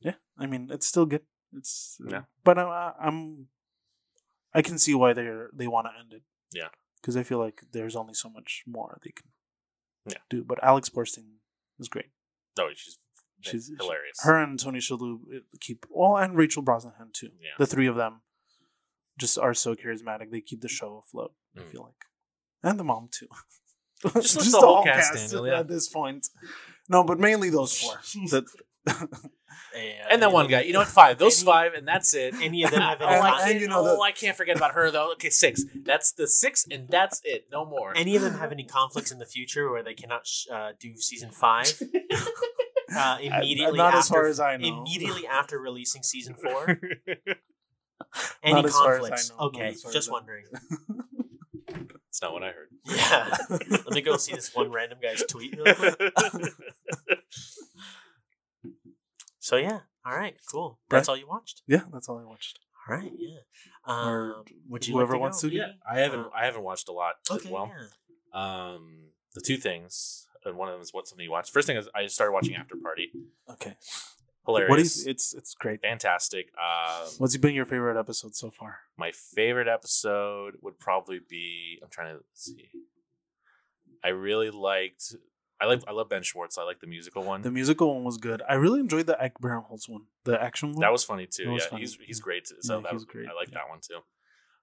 C: Yeah, I mean it's still good. It's uh,
D: Yeah.
C: but I, I'm I can see why they're they want to end it.
D: Yeah.
C: because I feel like there's only so much more they can
D: Yeah.
C: do. But Alex Borstein is great.
D: Oh, she's
C: She's-
D: she's hilarious.
C: Her and Tony Shalhoub uh, keep well, and Rachel Brosnahan too.
D: Yeah.
C: The three of them just are so charismatic. They keep the show afloat. I
D: Mm.
C: feel like, and the mom too.
D: Just let the whole cast handle, yeah.
C: at this point. No, but mainly those four. The-
D: and that one guy, you know what? Five. Those
E: Any-
D: five, and that's it.
E: Any of them have
D: Oh,
E: any,
C: And-
D: I
E: con-
D: can't,
C: and you know the-
D: oh, I can't forget about her though. Okay, six. That's the six, and that's it. No more.
E: any of them have any conflicts in the future where they cannot sh- uh, do season five uh, immediately?
C: not
E: after,
C: as far as I know.
E: Immediately after releasing season four, any
C: Not as far as I
E: conflicts?
C: know, not
E: Okay,
C: as far as
E: just
C: I-
E: wondering.
D: That's not what I heard.
E: Yeah, let me go see this one random guy's tweet. Real quick. So yeah, all right, cool. That's all you watched.
C: yeah, that's all I watched.
E: All right, yeah.
C: Or
E: Um, would you like
C: whoever
E: to
C: wants
E: go?
C: to do
D: yeah, I haven't. I haven't watched a lot.
E: Um, Okay,
D: well,
E: yeah.
D: um, the two things, and one of them is what something you watch. First thing is I started watching After Party.
C: Okay.
D: Hilarious.
C: What is it's it's great.
D: fantastic? Um,
C: What's been your favorite episode so far?
D: my favorite episode would probably be I'm trying to see. I really liked I like I love Ben Schwartz. I like the musical one.
C: The musical one was good. I really enjoyed the Eck Barinholtz one. The action one.
D: that was funny too.
C: Mm. That was
D: yeah,
C: funny.
D: he's he's
C: Yeah.
D: great. So
C: Yeah,
D: that
C: he's
D: was
C: great.
D: I like
C: Yeah.
D: that one too.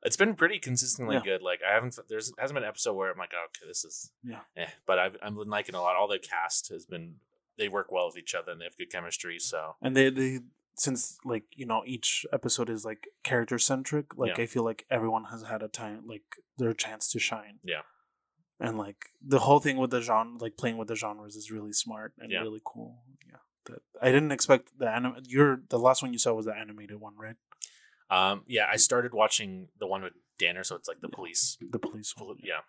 D: It's been pretty consistently
C: Yeah.
D: good. Like I haven't there's hasn't been an episode where I'm like, oh, okay, this is
C: Yeah.
D: Eh. But I've I've been liking a lot. All the cast has been they work well with each other and they have good chemistry. So
C: and they they since like you know each episode is like character centric like
D: Yeah.
C: i feel like everyone has had a time like their chance to shine
D: Yeah.
C: and like the whole thing with the genre like playing with the genres is really smart and
D: Yeah.
C: really cool yeah that, i didn't expect the anim your the last one you saw was the animated one right
D: um yeah, I started watching the one with Danner, so it's like the police
C: the police one.
D: yeah.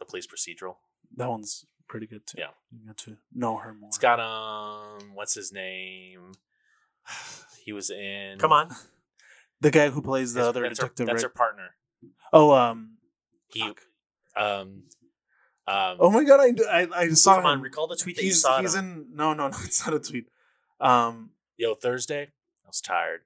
D: The police procedural.
C: that one's pretty good too
D: Yeah.
C: you get to know her more
D: It's got um, what's his name? He was in.
E: Come on,
C: the guy who plays the
D: That's-
C: other
D: that's her-
C: detective
D: that's
C: right?
D: her partner.
C: oh um
D: He, um, um.
C: oh my god i i, I saw
E: come on,
C: him.
E: recall the tweet that you
C: he's,
E: saw. it
C: he's
E: on.
C: in no no no it's not a tweet um
D: Yo, Thursday. I was tired.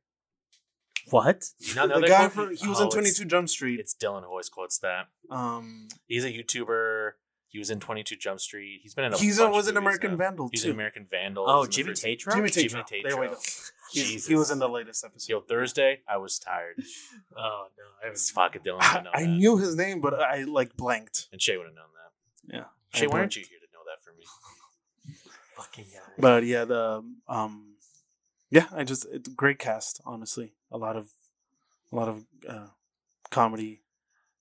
E: what?
D: You know the,
C: the,
D: other
C: guy
D: quote?
C: from he was
D: Oh,
C: in 22 jump
D: It's,
C: street
D: it's Dylan who always quotes that.
C: um
D: He's a YouTuber. He was in 22 Jump Street. He's been in a.
C: he's a,
D: bunch
C: was
D: of
C: an
D: movies
C: american
D: now.
C: vandal
D: He's
C: too
D: an American Vandal.
E: Oh,
D: He's in the
E: Jimmy
D: first-
E: Tatro.
C: jimmy
D: Jimmy
C: Tatro.
D: Tatro.
C: there we go He's-
D: Jesus.
C: he was in the latest episode
D: Yo, Thursday. I was tired.
E: Oh no, I
D: It's
E: was
D: fucking Dylan.
C: I,
D: would know
C: I
D: that.
C: knew his name but i like blanked
D: And Shay would have known that.
C: yeah
D: Shay,
C: I
D: why aren't
C: blanked.
D: you here to know that for me?
E: fucking guy.
C: but yeah the um yeah i just it, great cast honestly a lot of a lot of uh comedy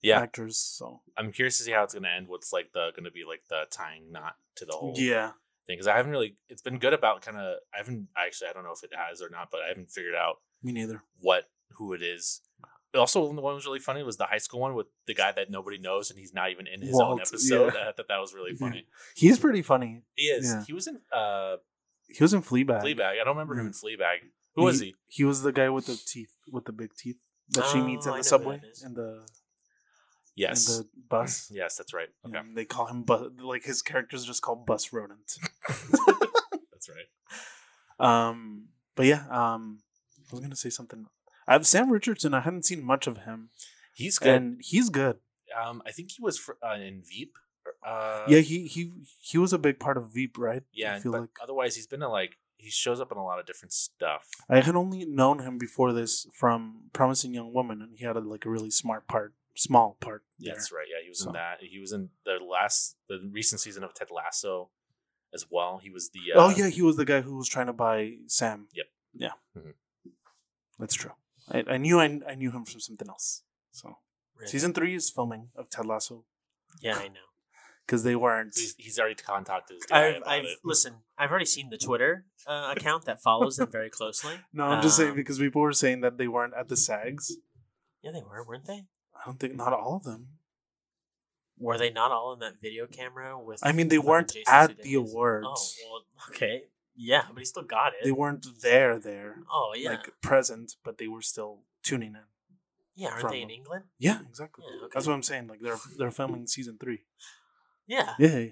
D: Yeah,
C: actors so
D: I'm curious to see how it's going to end. What's like the going to be like the tying knot to the whole
C: yeah
D: thing? Because I haven't really. It's been good about kind of. I haven't actually. I don't know if it has or not, but I haven't figured out
C: me neither
D: what who it is. Also, the one that was really funny was the high school one with the guy that nobody knows, and he's not even in his own
C: Walt,
D: episode.
C: yeah.
D: I thought that was really
C: Yeah.
D: funny.
C: he's pretty funny
D: He is.
C: Yeah.
D: He was in uh,
C: he was in fleabag Mm.
D: Fleabag. I don't remember him in Fleabag. Who
C: He-
D: was he?
C: He was the guy with the teeth, with the big teeth that she meets
E: Oh,
C: in the
E: I know who
C: subway
E: that is.
C: in the
D: Yes.
C: in the bus.
D: Yes, that's right. Okay,
C: And they call him bus. Like his character's just called Bus Rodent.
D: that's right.
C: Um, but yeah, um, I was gonna say something. I've Sam Richardson. I hadn't seen much of him.
D: He's good.
C: and he's good.
D: um, I think he was fr- uh, in Veep. Uh,
C: yeah, he he he was a big part of Veep, right?
D: yeah.
C: I feel
D: but
C: like
D: otherwise, he's been in like he shows up in a lot of different stuff.
C: I had only known him before this from Promising Young Woman, and he had a, like a really smart part, small part. there.
D: That's right. Yeah, he was
C: So-
D: in that. He was in the last, the recent season of Ted Lasso, as well. He was the.
C: Oh
D: uh,
C: yeah, he was the guy who was trying to buy Sam.
D: Yep.
C: Yeah.
D: Mhm.
C: That's true. I, I knew I, I knew him from something else. So
E: Really?
C: season three is filming of Ted Lasso
E: yeah, I know.
C: because they weren't.
D: He's, he's already contacted his guy
E: I've,
D: about
E: I've
D: it.
E: listen. I've already seen the Twitter uh, account that follows them very closely.
C: No, I'm just saying
E: Um,
C: because people were saying that they weren't at the SAGs.
E: Yeah, they were, weren't they?
C: I don't think not all of them.
E: Were they not all in that video camera with?
C: I mean, they
E: fucking
C: weren't
E: Jason
C: at
E: Sudeikis?
C: the awards.
E: Oh well, okay, yeah, but he still got it.
C: They weren't there there,
E: oh yeah,
C: like present, but they were still tuning in.
E: yeah. Aren't
C: from
E: they in
C: them.
E: England?
C: Yeah, exactly.
E: Yeah, okay.
C: That's what I'm saying. Like they're they're filming season three.
E: Yeah.
C: Yeah, yeah.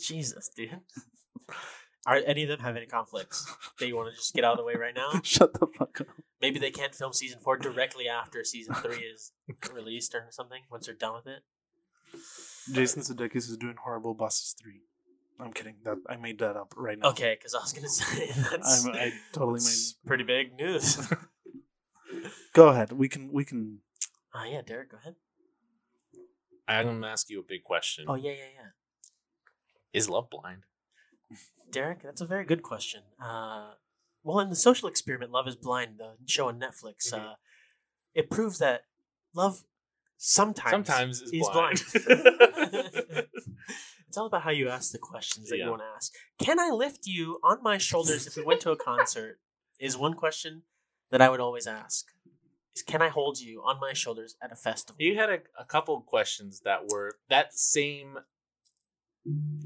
E: Jesus, dude. Are any of them have any conflicts that you want to just get out of the way right now?
C: Shut the fuck up.
E: Maybe they can't film season four directly after season three is released or something. Once they're done with it,
C: Jason Sudeikis is doing horrible bosses three. I'm kidding. That I made that up right now.
E: okay. Because I was gonna say that's
C: I'm, I totally made.
E: that's pretty big news.
C: Go ahead. We can. We can.
E: Oh yeah, Derek, go ahead.
D: I'm gonna ask you a big question.
E: Oh yeah, yeah, yeah.
D: Is love blind?
E: Derek, that's a very good question. Uh, well, in the social experiment, Love is Blind, the show on Netflix,
D: Mhm.
E: uh, it proves that love sometimes
D: Sometimes is
E: he's
D: blind.
E: it's all about how you ask the questions that
D: Yeah.
E: you want to ask. Can I lift you on my shoulders if we went to a concert? Is one question that I would always ask. Is can I hold you on my shoulders at a festival?
D: You had a, a couple of questions that were that same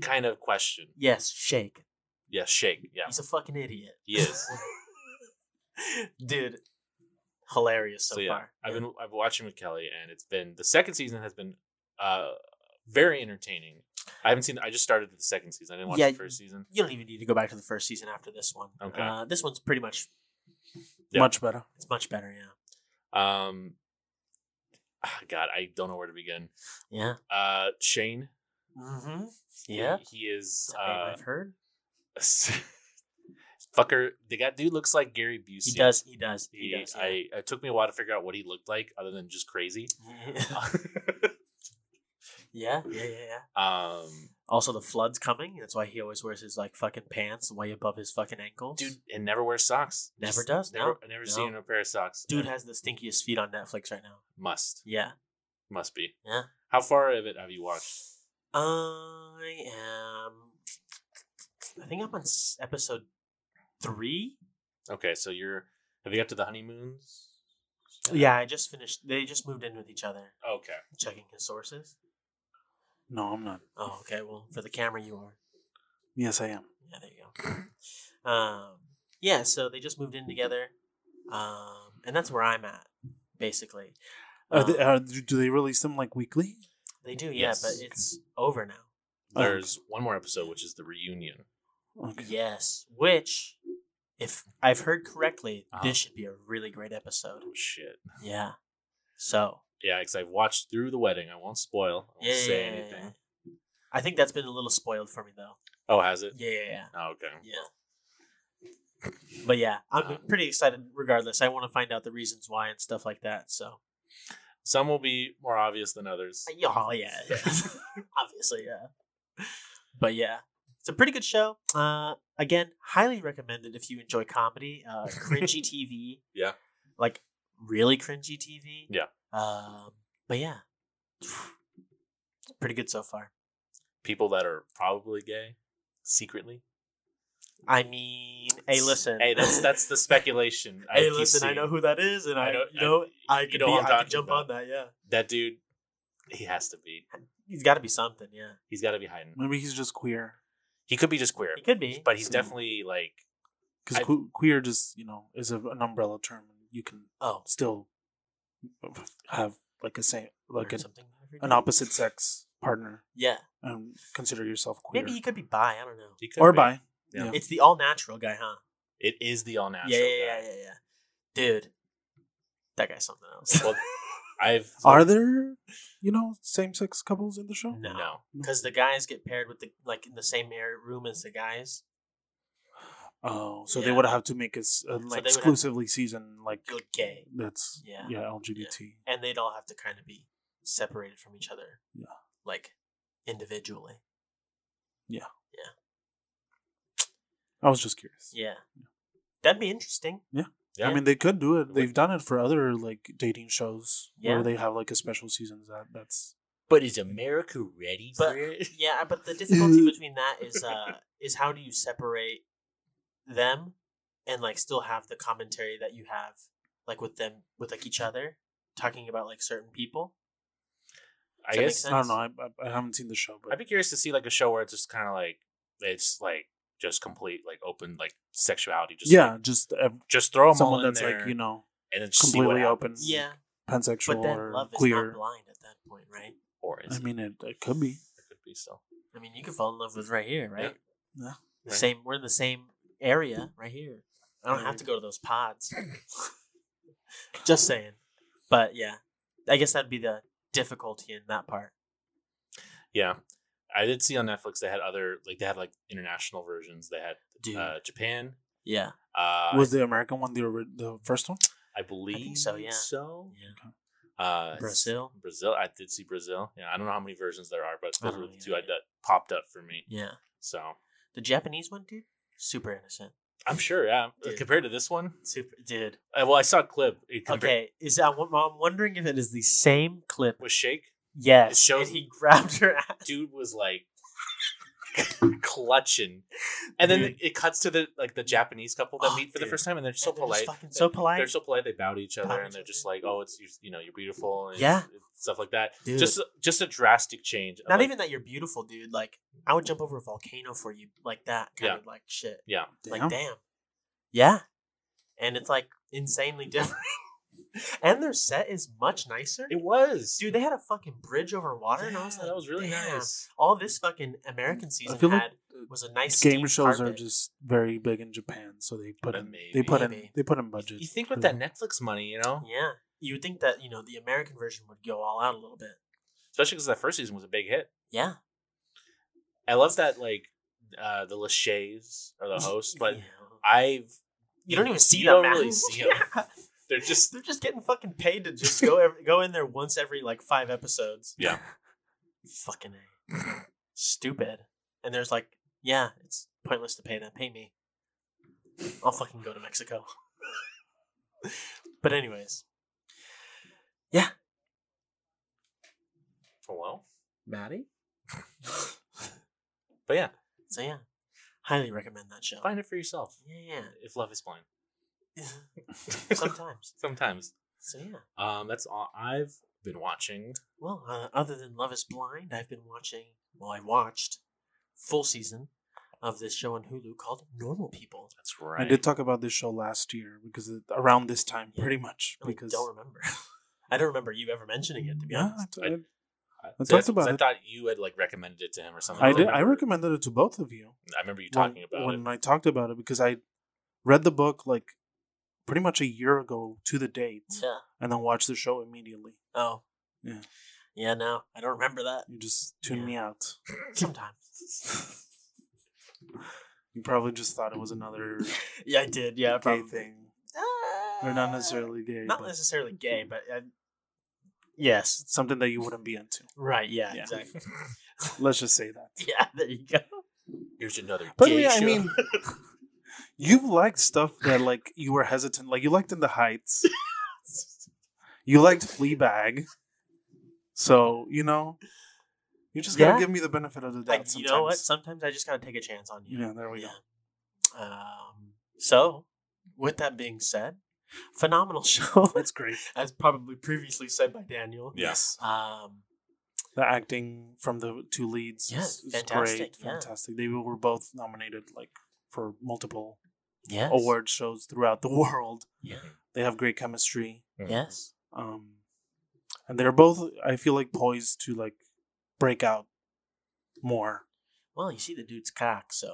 D: kind of question.
E: Yes, shake.
D: Yeah, shake. Yeah,
E: He's a fucking idiot.
D: he is.
E: Dude, hilarious so,
D: so yeah,
E: far.
D: I've been I've been watching with Kelly, and it's been the second season has been uh very entertaining. I haven't seen. I just started the second season. I didn't watch
E: Yeah,
D: the first season.
E: you don't even need to go back to the first season after this one.
D: Okay.
E: Uh, this one's pretty much
D: Yeah.
C: Much better.
E: it's much better, yeah.
D: Um, ah, God, I don't know where to begin.
E: Yeah.
D: Uh, Shane.
E: Mm-hmm.
D: he-
E: Yeah.
D: he, is. Uh,
E: I've heard.
D: fucker. The guy dude looks like Gary Busey.
E: He does, he does, he,
D: He,
E: does.
D: I it took me a while to figure out what he looked like, other than just crazy.
E: yeah. yeah, yeah, yeah, yeah.
D: um,
E: Also the flood's coming, that's why he always wears his like fucking pants way above his fucking ankles.
D: dude, and never wears socks.
E: Never
D: Just
E: does,
D: Never,
E: no,
D: I never
E: no.
D: seen him in a pair of socks.
E: Dude
D: Uh,
E: has the stinkiest feet on Netflix right now.
D: must
E: Yeah.
D: must be.
E: Yeah.
D: How far of it have you watched?
E: I am I think I'm on s- episode three.
D: Okay, so you're. Have you got to the honeymoons?
E: Yeah, I just finished they just moved in with each other.
D: Okay.
E: Checking his sources.
C: No, I'm not.
E: Oh, okay. Well, for the camera, you are.
C: Yes, I am.
E: Yeah, there you go. Um, yeah, so they just moved in together, um, and that's where I'm at, basically.
C: Are
E: Um,
C: they, uh, are, do they release them like weekly?
E: they do, yeah,
D: Yes.
E: but it's over now.
C: Oh,
D: There's one more episode, which is the reunion.
C: Okay.
E: Yes, which, if I've heard correctly,
D: Uh-huh.
E: this should be a really great episode.
D: Oh shit.
E: Yeah. So
D: Yeah, because I've watched through the wedding. I won't spoil. I won't
E: yeah,
D: say
E: yeah, yeah,
D: anything.
E: yeah. I think that's been a little spoiled for me though.
D: Oh, has it?
E: Yeah, yeah, yeah.
D: Oh, okay.
E: Yeah. But yeah, I'm
D: Um,
E: pretty excited regardless. I want to find out the reasons why and stuff like that. So,
D: Some will be more obvious than others.
E: yeah, oh, yeah. yeah. Obviously, yeah. But yeah, it's a pretty good show. Uh, again, highly recommended if you enjoy comedy, uh, cringy TV.
D: Yeah.
E: Like really cringy TV.
D: Yeah.
E: Um, but yeah, it's pretty good so far.
D: People that are probably gay secretly.
E: I mean, hey, listen.
D: Hey, that's that's the speculation.
E: Hey,
D: keep
E: listen, I
D: seeing.
E: know who that is, and
D: I
E: I,
D: know- uh,
E: you know I,
D: you
E: could
D: know
E: be,
D: who I'm
E: I
D: talking
E: could jump
D: about.
E: on that. Yeah,
D: that dude. He has to be.
E: he's got to be something. Yeah,
D: He's got to be hiding.
C: Maybe he's just queer.
D: He could be just queer,
E: he could be.
D: but he's definitely like
C: Because
D: I-
C: que- queer just you know is a, an umbrella term. You can
E: oh,
C: still have like a same like
E: learn
C: an,
E: something every
C: an
E: day.
C: opposite sex partner
E: Yeah,
C: and consider yourself queer
E: maybe he could be bi. I don't know.
D: he could
C: or
D: be.
C: bi.
D: Yeah.
C: Yeah.
E: It's the all natural guy, huh?
D: It is the all natural.
E: yeah, yeah,
D: guy.
E: yeah, yeah, yeah. Dude, that guy's something else.
D: Well, I've
C: Are there, you know, same sex couples in the show?
E: No,
D: No.
E: because the guys get paired with the like in the same air room as the guys.
C: Oh, so they
E: Yeah.
C: would have to make us uh, like
E: would have-
C: exclusively season like
E: Good gay,
C: that's yeah,
E: Yeah.
C: LGBT.
E: and they'd all have to kind of be separated from each other.
C: Yeah.
E: like individually.
C: I was just curious.
E: Yeah, that'd be interesting.
D: Yeah.
C: I mean, they could do it. They've done it for other like dating shows
E: Yeah.
C: where they have like a special season that that's
D: But is America ready
E: But-
D: for it?
E: Yeah, but the difficulty between that is uh is how do you separate them and like still have the commentary that you have like with them with like each other talking about like certain people.
D: I
E: Does that make
D: guess
E: sense?
C: I don't know. I, I, I haven't seen the show, but
D: I'd be curious to see like a show where it's just kind of like it's like just complete like open like sexuality. Just
C: yeah,
D: like,
C: just uh,
D: just throw 'em all
C: someone
D: in
C: that's
D: there,
C: like you know
D: and then just see what
C: completely open.
D: happens.
E: Yeah,
C: pansexual
E: but then
C: or
E: love is
C: queer.
E: not blind at that point, right?
D: Or is
C: I
D: it?
C: mean, it, it could be.
D: It could be so.
E: I mean, you can fall in love with right here, right?
C: Yeah.
E: The
D: Right.
E: same. We're in the same area right here. I don't have
C: Right.
E: to go to those pods. Just saying, but yeah, I guess that'd be the difficulty in that part.
D: Yeah, I did see on Netflix they had other like they had like international versions. They had
E: Dude,
D: uh, Japan.
E: yeah,
D: Uh,
C: Was the American one the ori- the first one?
D: I believe
E: so, yeah.
D: So
E: yeah.
D: uh,
E: Brazil.
D: Brazil. I did see Brazil. Yeah, I don't know how many versions there are, but
E: I
D: those
E: don't
D: were
E: know
D: the two I,
E: either.
D: that popped up for me.
E: Yeah.
D: So
E: The Japanese one, dude, super innocent.
D: I'm sure. Yeah, uh,
E: Dude.
D: compared to this one,
E: Super, dude.
D: uh, well, I saw a clip. It compared-
E: Okay, is I'm, I'm wondering if it is the same clip.
D: with Shake.
E: Yes,
D: It shows-
E: and he grabbed her ass.
D: dude was like clutching, and then
E: Dude.
D: it cuts to the like the Japanese couple that
E: Oh,
D: meet for the
E: dude.
D: first time, and they're so
E: And they're just
D: polite.
E: fucking so
D: They-
E: polite.
D: They're so polite. They bow to each other,
E: Bow to
D: and
E: each
D: they're just
E: other.
D: like, "Oh, it's you, you know, you're beautiful." And
E: Yeah.
D: stuff like that.
E: Dude.
D: Just just a drastic change. of,
E: Not
D: like-
E: even that you're beautiful, dude. Like I would jump over a volcano for you, like that kind
D: Yeah.
E: of like shit.
D: Yeah,
E: Like damn, yeah. And it's like insanely different. and their set is much nicer,
D: it was.
E: dude. They had a fucking bridge over water, and I
D: Yeah,
E: was like,
D: that was really
E: damn.
D: nice.
E: All this fucking American season
C: feel
E: had
C: like, uh,
E: was a nice
C: Game
E: steamed
C: shows are
E: carpet.
C: just very big in Japan, so they put in they
D: Maybe.
C: put in
E: Maybe.
C: they put in budget.
D: You think
C: for
D: with that Netflix money, you know,
E: Yeah. You would think that, you know, the American version would go all out a little bit.
D: especially because that first season was a big hit.
E: Yeah.
D: I love that like uh the Lachey's are the host, but
E: Yeah.
D: I've
E: you don't even see
D: you
E: them.
D: don't
E: man.
D: really see 'em.
E: Yeah.
D: they're just
E: They're just getting fucking paid to just go every, go in there once every like five episodes.
D: Yeah.
E: fucking A. Stupid. And there's like, yeah, it's pointless to pay them. Pay me. I'll fucking go to Mexico. but anyways.
D: hello.
E: Maddie?
D: But yeah,
E: So yeah. Highly recommend that show.
D: find it for yourself.
E: Yeah,
D: If love is blind,
E: yeah. Sometimes.
D: sometimes.
E: So yeah.
D: Um, that's all I've been watching.
E: Well, uh, other than Love is Blind, I've been watching, well, I watched full season of this show on Hulu called Normal People.
D: That's right.
C: I did talk about this show last year because it, around this time,
E: Yeah.
C: pretty much.
E: I
C: Because
E: don't remember. I don't remember you ever mentioning it, to be
C: yeah,
E: honest.
C: I,
D: I- I,
C: talked
D: that's-
C: about
D: I
C: it.
D: thought you had like recommended it to him or something.
C: I
D: don't
C: did. I
D: remember.
C: recommended it to both of you.
D: I remember you
C: when-
D: talking about
C: when
D: it.
C: I talked about it because I read the book like pretty much a year ago to the date,
E: Yeah.
C: and then watched the show immediately.
E: Oh.
C: Yeah.
E: Yeah, no, I don't remember that.
C: You just tuned
E: Yeah.
C: me out.
E: Sometimes.
C: You probably just thought it was another
E: yeah, I did. Yeah,
C: gay
E: probably.
C: thing,
E: Ah,
C: or not necessarily gay,
E: Not
C: but
E: necessarily gay, but uh, yes.
C: something that you wouldn't be into.
E: Right. Yeah,
C: Yeah.
E: Exactly.
C: Let's just say that.
E: yeah. There you go.
D: Here's another.
C: But
D: gay
C: yeah, I
D: show.
C: mean, you've liked stuff that like you were hesitant, like you liked In the Heights, you liked Fleabag, so you know, you just gotta
E: Yeah.
C: give me the benefit of the doubt.
E: Like, you know what?
C: sometimes.
E: Sometimes I just gotta take a chance on you.
C: Yeah, there we go.
E: Yeah. Um, so, with that being said, phenomenal show,
C: It's great.
E: as probably previously said by Daniel.
D: Yeah.
E: Um,
C: The acting from the two leads
E: Yeah,
C: is, is
E: fantastic,
C: great.
E: yeah.
C: Fantastic. They were both nominated like for multiple
E: yes.
C: award shows throughout the world.
E: Yeah.
C: They have great chemistry.
E: Yes.
C: Um and they're both I feel like poised to like break out more.
E: Well, you see the dude's cock, so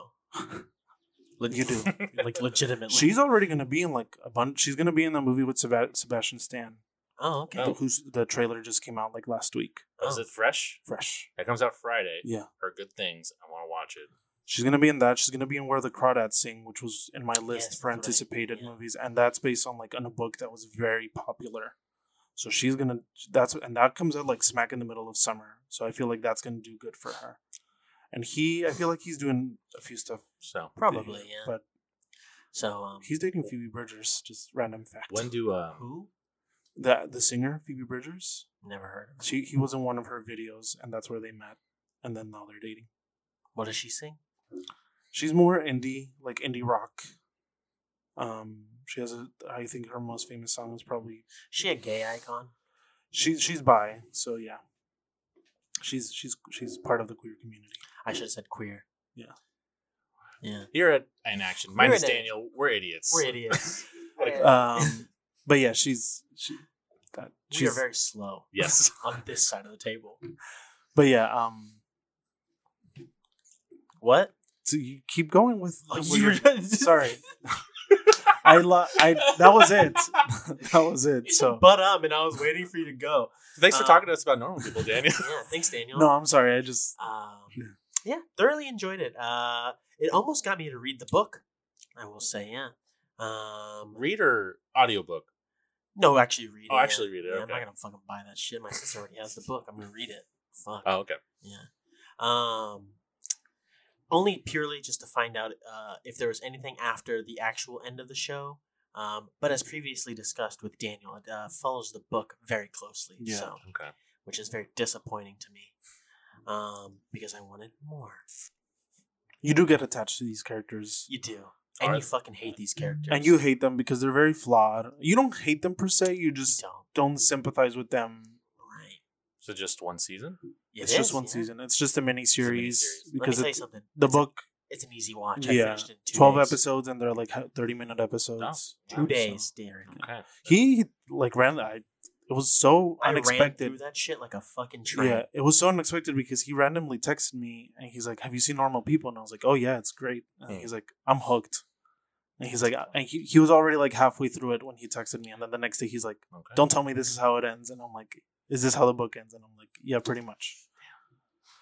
C: Like you do.
D: Oh.
E: like legitimately.
C: She's already gonna be in like a bunch she's gonna be in the movie with Seb- Sebastian Stan
E: Oh, okay.
D: Oh.
C: The, who's, the trailer just came out like last week,
D: Oh, Is
E: Oh.
D: it fresh?
C: fresh.
D: That comes out Friday.
C: Yeah,
D: Heard good things. I want to watch it.
C: she's gonna be in that. She's gonna be in Where the Crawdads Sing, which was in my list
E: Yes,
C: for
E: that's right.
C: anticipated
E: Yeah.
C: movies, and that's based on like on a book that was very popular. So she's gonna that's and that comes out like smack in the middle of summer. So I feel like that's gonna do good for her. And he, I feel like he's doing a few stuff.
D: So
E: Probably, yeah.
C: But
E: so, um,
C: he's dating Phoebe Bridgers. Just random fact.
D: when do um
E: who?
C: the the singer Phoebe Bridgers?
E: Never heard of her.
C: She he was in one of her videos, and that's where they met. And then now they're dating.
E: What does she sing?
C: She's more indie, like indie rock. Um, she has a. I think her most famous song is probably
E: She a gay icon?
C: she. She's bi, so yeah. She's she's she's part of the queer community.
E: I should have said queer.
C: Yeah.
E: Yeah.
D: you're at in action? Minus
E: in it.
D: Daniel, we're idiots.
E: We're idiots.
C: Um, but yeah, she's she. That
E: we are
C: she's.
E: very slow
D: yes.
E: on this side of the table.
C: but yeah, um.
E: What?
C: So you keep going with.
E: Oh,
C: with
E: you
C: your-
E: were-
C: sorry. I lo- I that was it. that was it.
E: You said
C: So
E: but um, and I was waiting for you to go.
D: Thanks for
E: Um,
D: talking to us about normal people,
E: Yeah,
D: Daniel.
E: thanks, Daniel.
C: no, I'm sorry. I just Yeah.
E: Um, yeah, thoroughly enjoyed it. Uh, it almost got me to read the book. I will say, yeah. Um,
D: read or audiobook?
E: no, actually read it.
D: Oh,
E: yeah.
D: actually read it,
E: Yeah, I'm
D: okay.
E: not gonna fucking buy that shit. My sister already has the book. I'm gonna read it. Fuck.
D: Oh, okay.
E: Yeah. Um only purely just to find out uh, if there was anything after the actual end of the show. Um, but as previously discussed with Daniel, it uh, follows the book very closely,
C: Yeah.
E: so
D: Okay.
E: which is very disappointing to me um, because I wanted more.
C: you do get attached to these characters.
E: You do, and you
D: Alright.
E: fucking hate these characters,
C: and you hate them because they're very flawed. You don't hate them per se. You
E: You
C: just
E: don't
C: don't sympathize with them.
E: right.
D: So just one season?
C: it's just one
E: yeah.
C: season. It's just a mini
D: miniseries.
C: series
D: Let
E: Let me
C: because
E: tell you
C: it's,
E: something.
C: the book
E: It's an easy watch. I
C: Yeah.
E: finished it in two
C: twelve
E: days.
C: episodes and they're like thirty minute episodes.
E: Two days, Derek.
D: Okay.
C: He like ran. I, it was so
E: I ran
C: unexpected.
E: through that shit like a fucking train.
C: Yeah, it was so unexpected because he randomly texted me and he's like, "Have you seen Normal People?" And I was like, "Oh yeah, it's great." And
D: Hmm.
C: he's like, "I'm hooked." And he's like, uh, and he, he was already like halfway through it when he texted me, and then the next day he's like,
D: Okay.
C: "Don't tell me this is how it ends," and I'm like, "Is this how the book ends?" And I'm like, "Yeah, pretty much."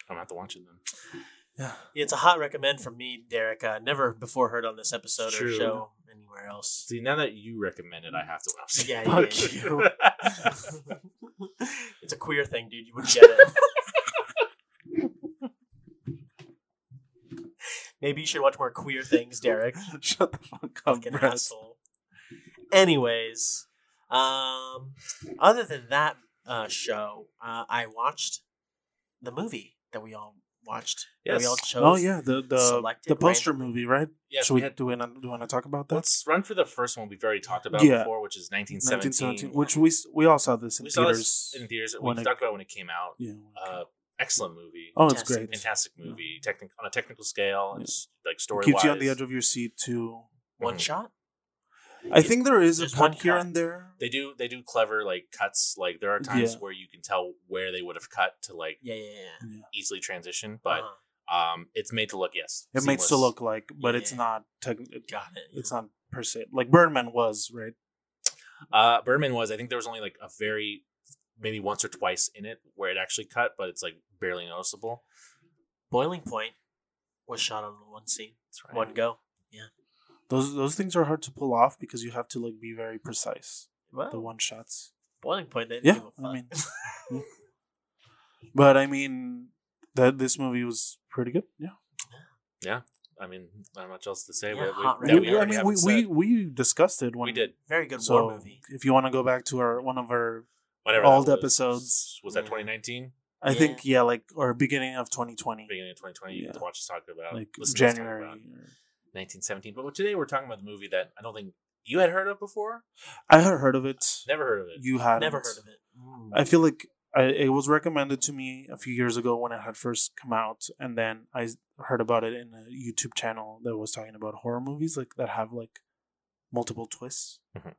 D: I'm gonna have to watch it then.
C: Yeah,
E: It's a hot recommend from me, Derek. Uh, never before heard on this episode or
D: True.
E: show anywhere else.
D: See, now that you recommend it, I have to watch it.
E: Yeah,
C: Fuck
E: yeah,
C: you.
E: it's a queer thing, dude. You would get it. Maybe you should watch more queer things, Derek.
C: shut the fuck up,
E: Fucking
C: Brett.
E: asshole. Anyways, um, other than that uh, show, uh, I watched the movie that we all watched. that we all
D: Yes.
E: chose.
C: Oh yeah, the the,
E: Selected
C: the poster
E: randomly.
C: movie, right?
D: yes,
C: Should
D: we
C: we,
D: had,
C: do we not- do want to talk about that?
D: let's run for the first one we've already talked about
C: Yeah.
D: before, which is 1917.
C: 1917, which we s- we all saw this in
D: we saw
C: theaters.
D: this in theaters. We
C: when it-
D: talked about it when it came out.
C: yeah.
D: Uh, excellent movie.
C: oh, it's
E: fantastic.
C: great.
D: Fantastic movie. Technic- on a technical scale, and
C: Yeah.
D: s- like story
C: keeps you on the edge of your seat too.
E: One shot.
C: I think there is a
E: There's one
C: cut here
E: cut.
C: and there.
D: They do they do clever like cuts. Like there are times
C: Yeah.
D: where you can tell where they would have cut to like
E: Yeah, yeah, yeah.
C: Yeah.
D: easily transition, but
E: Uh-huh.
D: um, it's made to look yes.
C: It makes to
D: seamless.
C: look like, but it's
E: Yeah.
C: not. Techn- it-
E: got it.
C: it's not per se like Birdman was right.
D: Uh, Birdman was. I think there was only like a very, maybe once or twice in it where it actually cut, but it's like barely noticeable.
E: Boiling Point was shot on one scene,
D: That's
E: one go.
C: Those those things are hard to pull off because you have to like be very precise.
E: Well,
C: The one shots,
E: Boiling Point. They didn't
C: yeah.
E: give a fuck.
C: I mean, but I mean that this movie was pretty good. Yeah,
D: I mean, not much else to say.
E: Yeah,
D: but
E: hot
D: we,
E: Yeah,
D: that
E: review.
D: we
E: Yeah,
C: I
D: already
C: mean,
D: haven't
C: we, we
D: said.
C: we discussed it when
D: We did.
E: very good
C: So
E: war movie.
C: if you want to go back to our one of our,
D: Whatever.
C: All
D: that
C: the
D: was.
C: episodes.
D: Was that
E: Yeah.
D: 2019?
C: I
E: Yeah.
C: think yeah, like or beginning of 2020,
D: Beginning of 2020. You get to
C: Yeah.
D: watch us talk about
C: like
D: listen to us talk
C: January.
D: about 1917. But today we're talking about the movie that I don't think you had heard of before.
C: I had heard of it.
D: Never heard of it.
C: You had
E: Never heard of it. Mm.
C: I feel like I, it was recommended to me a few years ago when it had first come out, and then I s- heard about it in a YouTube channel that was talking about horror movies like that have like multiple twists.
D: Mhm.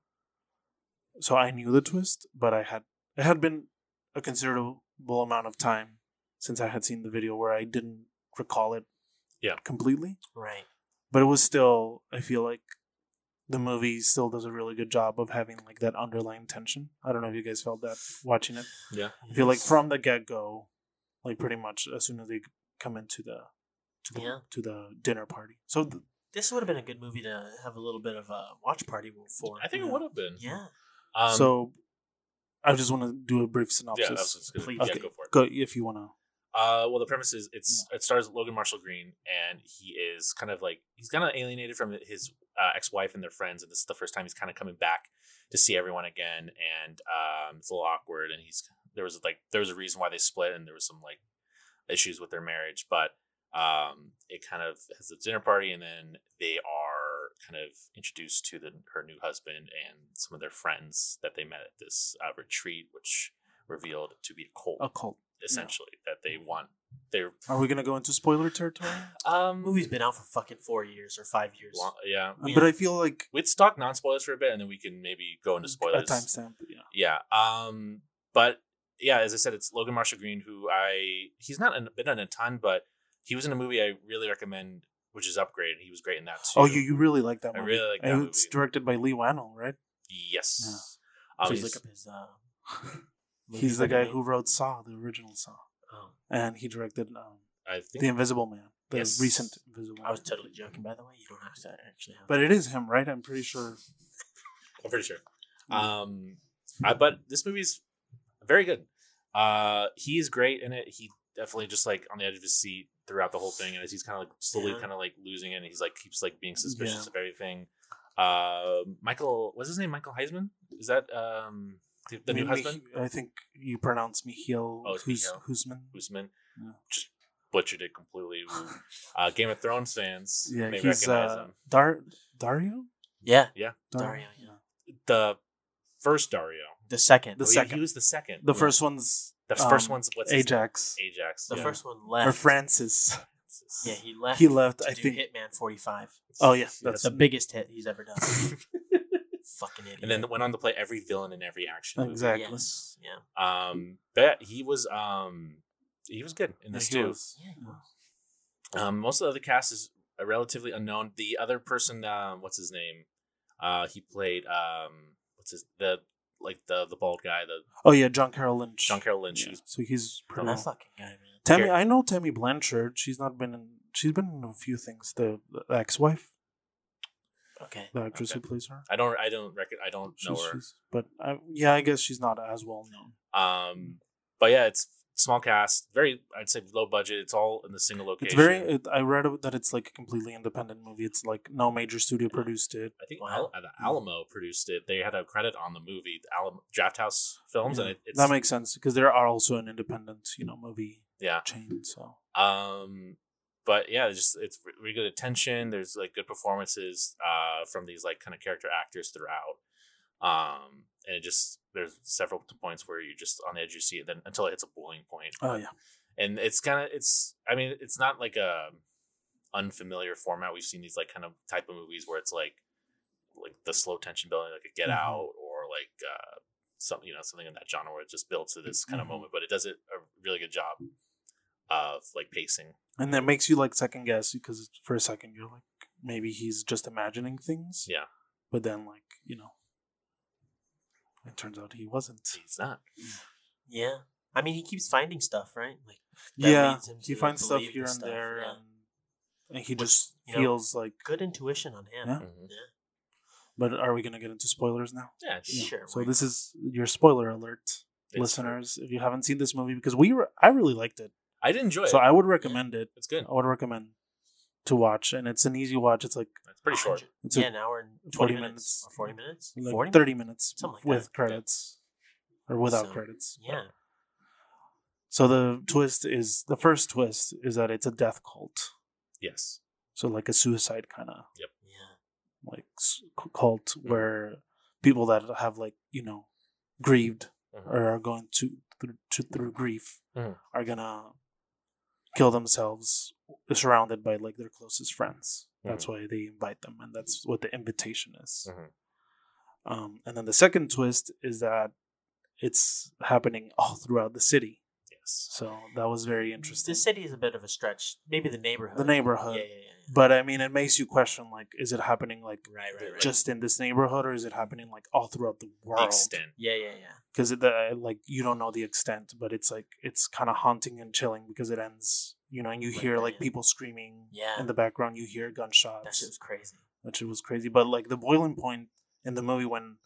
C: So I knew the twist, but I had it had been a considerable amount of time since I had seen the video where I didn't recall it
D: Yeah.
C: completely,
E: right.
C: but it was still I feel like the movie still does a really good job of having like that underlying tension. I don't know if you guys felt that watching it.
D: Yeah.
C: I feel like from the get go, like pretty much as soon as they come into the to the,
E: Yeah.
C: to the dinner party. So th-
E: This would have been a good movie to have a little bit of a watch party for.
D: I think it
C: Yeah.
D: would have been.
E: Yeah.
D: Um,
C: so I just want to do a brief synopsis.
D: yeah, that's what's good.
E: Please.
D: Yeah,
C: Okay.
D: go for it.
C: Go if you want to.
D: Uh, well, the premise is it's it stars Logan Marshall Green, and he is kind of like he's kind of alienated from his uh, ex wife and their friends, and this is the first time he's kind of coming back to see everyone again, and um, it's a little awkward, and he's there was like there was a reason why they split, and there was some like issues with their marriage, but um, it kind of has a dinner party, and then they are kind of introduced to the her new husband and some of their friends that they met at this uh, retreat, which revealed to be a cult
C: A cult.
D: essentially that
C: Mm.
D: they want their
C: Are we gonna go into spoiler territory?
D: um
E: movie's been out for fucking four years or five years.
D: wa- yeah
E: Yeah.
C: But I Mm, feel like
D: we'd stock non spoilers for a bit and then we can maybe go into spoilers
C: a timestamp. Yeah.
D: yeah um but yeah as i said it's logan marshall green who i he's not in, been in a ton but he was in a movie i really recommend which is upgrade and he was great in that too
C: Oh, you you really like that
D: I
C: movie.
D: really like that
C: and It's
D: movie.
C: directed by Lee Wannell, right?
D: yes um,
E: Please
D: he's-
E: look up his. Uh,
C: He's
E: movies
C: the
E: that he
C: guy
E: made.
C: who wrote Saw, the original Saw,
E: Oh,
C: and he directed um,
D: i think
C: The Invisible Man, the
D: Yes.
C: recent Invisible.
E: I was
C: Man.
E: totally joking, by the way. You don't have to actually have.
C: But it is him, right? I'm pretty sure.
D: i'm pretty sure
C: Yeah.
D: um I, but this movie's very good uh he is great in it he definitely just like on the edge of his seat throughout the whole thing and as he's kind of like slowly
E: Yeah.
D: kind of like losing it and he's like keeps like being suspicious
C: Yeah.
D: of everything uh michael what's his name michael heisman is that um the, the new
C: Mih-
D: husband
C: I think you pronounce Michiel
D: Oh, it's
C: Hus-
D: Michiel.
C: Husman.
D: Guzman
C: Yeah.
D: just butchered it completely uh game of thrones fans
C: Yeah,
D: may
C: he's
D: recognize
C: uh,
D: him
C: Dar Dario.
E: yeah, Dario, yeah.
D: the first dario
E: the second.
C: The
D: Oh, yeah,
C: second.
D: he was the second
C: The
D: Yeah.
C: first one's
D: the
C: um,
D: first one's what's his name?
C: Ajax
D: ajax
E: the
D: yeah.
E: first one
C: or
E: left.
C: Francis.
E: Yeah, he left.
C: He left.
E: to
C: I
E: do
C: think.
E: Hitman 45.
C: Oh yeah,
E: That's
C: that's
E: the biggest hit he's ever done. Fucking idiot.
D: and then went on to play every villain in every action movie.
C: exactly.
E: Yes. Yeah.
D: Um, but he was um, he was good in
C: Yeah,
D: this
C: he
D: too.
C: was-
E: Yeah, he was.
D: Um, most of the other cast is uh, relatively unknown. The other person, um, what's his name? Uh, he played um, what's his the like the the bald guy, the
C: Oh yeah, John Carroll Lynch.
D: John Carroll Lynch. Oh,
C: Yeah,
D: who's-
C: So he's pretty.
E: That
C: well-
E: fucking guy, man.
C: Tammy,
D: Here.
C: I know Tammy Blanchard. She's not been in. She's been in a few things. The, the ex-wife,
E: Okay.
C: the actress
D: Okay.
C: who plays her.
D: I don't I don't reckon I don't know
C: She's-
D: her.
C: she's- but I, yeah, I guess she's not as well known.
D: Um, but yeah, it's small cast, very I'd say low budget. It's all in the single location.
C: It's very. It, I read that it's like a completely independent movie. It's like no major studio produced it.
D: I think
E: Wow.
D: Al- uh, the Alamo produced it. They had a credit on the movie, the Alamo Draft House Films,
C: Yeah,
D: and it, it's
C: that makes sense because there are also an independent, you know, movie
D: yeah.
C: chain. So
D: Um, but yeah, it's just it's re- really good attention. There's like good performances uh, from these like kind of character actors throughout. Um, and it just there's several points where you're just on the edge. You see it then until it hits a boiling point.
C: oh yeah,
D: and it's kind of it's i mean it's not like a unfamiliar format we've seen these like kind of type of movies where it's like like the slow tension building like a get
C: Mhm.
D: out or like uh something you know something in that genre where it just builds to this kind
C: Mhm.
D: of moment but it does it a really good job of like pacing
C: and that makes you like second guess because for a second you're like maybe he's just imagining things.
D: Yeah.
C: but then like you know, it turns out he wasn't.
D: it's not
E: Yeah. I mean, he keeps finding stuff, right? Like, that
C: yeah,
E: leads him
C: he
E: to
C: finds stuff
E: believe
C: here
E: the
C: and
E: stuff,
C: there,
E: yeah.
C: and, and he
E: Which,
C: just
E: you know-
C: feels like.
E: good intuition on him.
C: Yeah. But are we gonna get into spoilers now?
D: yeah, it's-
C: Yeah.
E: Sure,
C: So
E: why
C: this is your spoiler alert,
D: it's-
C: listeners. If you haven't seen this movie, because we were, I really liked it,
D: i did enjoy it
C: so I Oh, would recommend it.
D: it's good
C: I would recommend to watch, and it's an easy watch. It's like
D: it's pretty short
E: Hundred-
C: it's
E: yeah,
C: a
E: an hour and
C: 40
E: 20 minutes.
C: minutes.
E: Or 40 minutes?
C: like
E: 40
C: thirty minutes
E: Something like
C: with
E: that.
C: credits or without
E: So-
C: credits.
E: Yeah.
C: So the twist is the first twist is that it's a death cult,
D: yes
C: so like a suicide kind of
E: Yeah.
C: like s- c- cult
E: Mm-hmm.
C: where people that have like you know grieved
D: Mhm.
C: or are going to through, to through grief
D: Mhm.
E: Mm-hmm.
C: are gonna kill themselves uh, surrounded by like their closest friends
E: Mm-hmm.
C: that's why they invite them and that's what the invitation is
D: Mhm.
E: Mm-hmm.
C: um, and then the second twist is that it's happening all throughout the city
D: yes
C: so that was very interesting
E: The city is a bit of a stretch. Maybe the neighborhood.
C: the neighborhood
E: Yeah, yeah, yeah.
C: But I mean, it makes you question like, is it happening like
E: Right, right, right.
C: just in this neighborhood, or is it happening like all throughout the
D: The
C: world?
D: extent.
E: yeah, yeah, yeah.
C: Because the uh, like you don't know the extent, but it's like it's kind of haunting and chilling because it ends, you know, and you
E: Right
C: hear
E: there,
C: like
E: yeah.
C: people screaming
E: Yeah.
C: in the background. You hear gunshots
E: That shit was crazy.
C: which was crazy. But like the boiling point in the movie when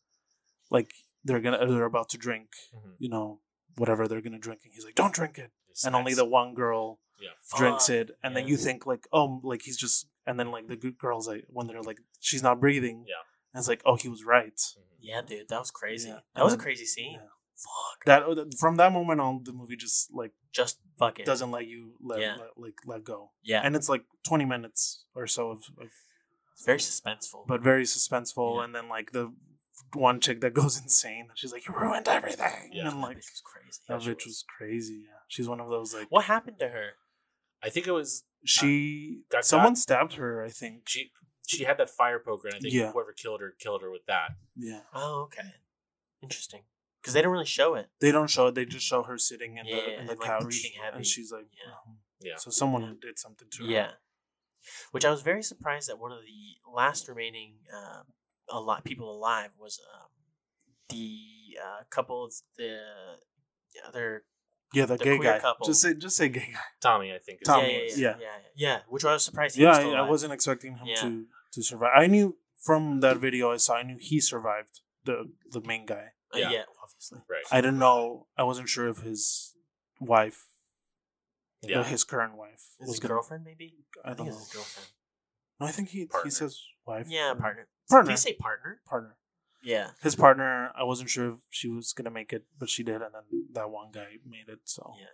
C: like they're gonna uh, they're about to drink,
D: Mhm.
C: you know, whatever they're gonna drink, and he's like, "Don't drink it."
D: It's
C: And only
D: nice.
C: the one girl
D: yeah.
C: drinks
E: Fuck.
C: it, and then
E: yeah.
C: you think like, "Oh, like he's just," and then like the good girls like when they're like, "She's not breathing,"
D: Yeah.
C: and it's like, "Oh, he was right."
D: Mhm.
E: Yeah, dude, that was crazy.
C: Yeah,
E: That
C: and
E: was a
C: then-
E: crazy scene.
C: yeah.
E: Fuck.
C: That uh, from that moment on, the movie just like
E: Just fuck it.
C: doesn't let you let,
E: Yeah.
C: let- like let go,
E: yeah.
C: and it's like twenty minutes or so of, of
E: it's very suspenseful.
C: but very suspenseful,
E: Yeah.
C: and then like the one chick that goes insane, and she's like, "You ruined everything,"
D: Yeah.
C: and
E: that
C: I'm like.
E: bitch was crazy.
C: That
D: Yeah, she
C: bitch
D: was.
C: was crazy. Yeah, she's one of those like
E: What happened to her?
D: I think it was
C: she.
D: got
C: someone
D: got-
C: stabbed her, I think.
D: she. She had that fire poker, and I think
C: Yeah.
D: whoever killed her killed her with that.
C: Yeah,
E: Oh, okay. Interesting. Because they don't really show it.
C: they don't show it. They just show her sitting in
E: Yeah,
C: the in the
E: and, like,
C: couch,
E: breathing heavy.
C: and she's like,
E: Yeah.
C: "Mhm."
D: Yeah.
C: So someone did something to her.
E: Yeah. Which I was very surprised that one of the last remaining um, a lot people alive was um, the uh, couple of the the other
C: yeah, the,
E: The
C: gay
E: queer
C: guy.
E: couple.
C: Just say, just say gay guy.
D: Tommy, I think. Is
E: yeah,
C: Tommy
E: yeah, yeah,
C: was-
E: yeah,
C: yeah.
E: yeah, yeah. Which I was surprised. He
C: yeah,
E: was
C: I,
E: still
C: I
E: alive.
C: wasn't expecting him
E: Yeah.
C: to to survive. I knew from that video I saw. I knew he survived the the main guy.
E: Uh,
D: Yeah.
E: yeah. obviously.
D: Right.
C: I didn't know. I wasn't sure if his wife,
D: yeah.
C: or his current wife,
E: Is
C: was
E: his
C: gonna-
E: girlfriend maybe?
C: I don't
E: think
C: know.
E: it's his girlfriend.
C: No, I think he he
D: Partner.
C: says wife.
E: Yeah,
C: or-
E: partner.
C: Partner.
E: Did he say partner?
C: partner.
E: Yeah.
C: His partner, I wasn't sure if she was gonna make it, but she did, and then that one guy made it. So
E: Yeah.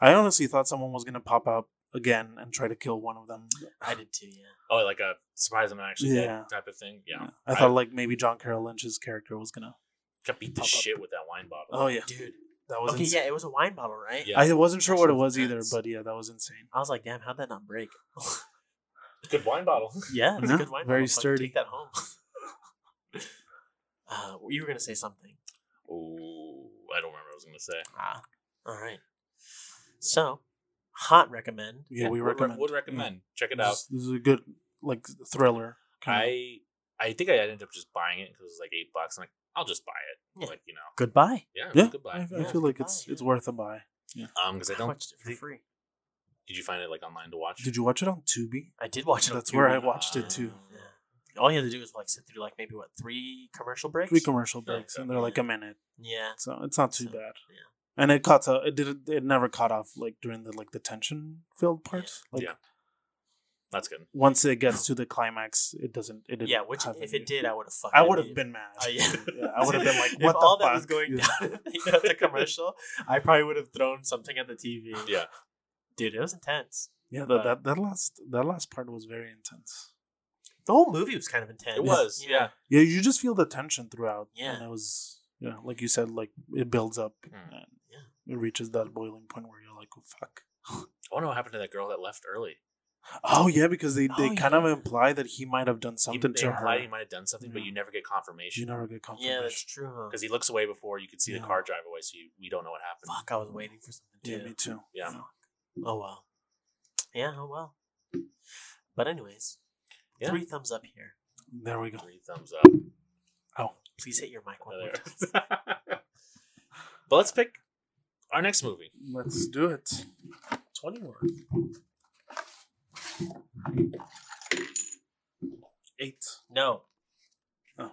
C: I honestly thought someone was gonna pop up again and try to kill one of them.
E: I did too, yeah.
D: Oh, like a surprise them actually
C: Yeah.
D: dead type of thing. Yeah.
C: I thought like maybe John Carroll Lynch's character was gonna.
D: Got beat the
C: Pop up.
D: shit with that wine bottle.
C: Oh yeah,
E: Dude.
C: that was
E: Okay,
C: insane.
E: yeah, it was a wine bottle, right?
D: Yeah.
C: I wasn't sure
E: That
C: what it
E: shit was
C: was either,
E: nuts.
C: but yeah, that was insane.
E: I was like, damn, how'd that not break?
D: Good wine bottle.
E: yeah, it's
C: Yeah,
E: a good wine
C: very
E: bottle. Fuck,
C: sturdy.
E: Take that home. uh, you were gonna say something.
D: Oh, I don't remember what I was gonna say.
E: Ah, all right. So, hot recommend.
C: Yeah, we
D: would re-
C: recommend.
D: Would
C: Yeah.
D: recommend. Check it
C: This,
D: out.
C: is- this is a good like thriller. Kind
D: I I think I ended up just buying it because it was like eight bucks. I'm like, I'll just buy it.
E: Yeah.
D: Like you know,
E: Goodbye.
D: yeah,
C: of. yeah, uh,
D: goodbye.
C: I, I
E: Yeah,
C: feel like
E: goodbye,
C: it's
E: yeah.
C: it's worth a buy.
D: Um, because I
E: I
D: don't.
E: watched it for
D: think-
E: free.
D: Did you find it like online to watch?
C: Did you watch it on Tubi?
E: I did watch it. on
C: That's where I
E: Tubi. Uh,
C: watched it too.
E: Yeah. All you had to do was like sit through like maybe what three commercial breaks.
C: Three commercial breaks, and they're like
E: Yeah.
C: a minute.
E: yeah.
C: so it's not too
E: So,
C: bad.
E: yeah.
C: And it cuts out. It did. It never caught off like during the like the tension filled parts. Like
D: Yeah. That's good.
C: once it gets to the climax, it doesn't. It didn't
E: Yeah, which
C: have
E: if
C: any-
E: it did, I would have fucking.
C: I would have
E: hated it.
C: been mad.
E: Oh, yeah.
C: I would have been like,
E: If
C: "What the
E: all
C: fuck?"
E: that was going
C: Yeah.
E: down you know, at the commercial, I probably would have thrown something at the TV.
D: Yeah.
E: Dude, it was intense.
C: Yeah, that,
E: But-
C: that that last that last part was very intense.
E: The whole movie was kind of intense.
D: It was. Yeah.
C: Yeah, you just feel the tension throughout.
E: Yeah. Hmm.
C: and it was yeah, like you said, like it builds up.
D: Mm.
C: And
E: Yeah.
C: it reaches that boiling point where you're like, oh, "Fuck."
D: I don't know what happened to that girl that left early.
C: Oh yeah, because they, they
E: Oh,
C: kind of
E: yeah.
C: imply that he might have done something
D: he,
C: to
D: they
C: her.
D: implied He might have done something, but
C: Yeah.
D: you never get
C: You
D: confirmation
C: never get
E: Yeah,
C: confirmation.
E: that's true. Huh?
D: because he looks away before you could see
C: Yeah.
D: the car drive away. So you, we don't know what happened.
E: Fuck, I was waiting for something
C: Yeah,
E: too.
C: me too.
D: Yeah.
E: Oh well. Yeah, oh well. But anyways,
D: Yeah.
E: three thumbs up here.
C: There we go. Oh,
D: Three thumbs up.
E: Please hit your mic one more
D: There.
E: time.
D: but let's pick our next movie.
C: Let's do it.
E: 21.
C: 8.
E: No.
C: Oh.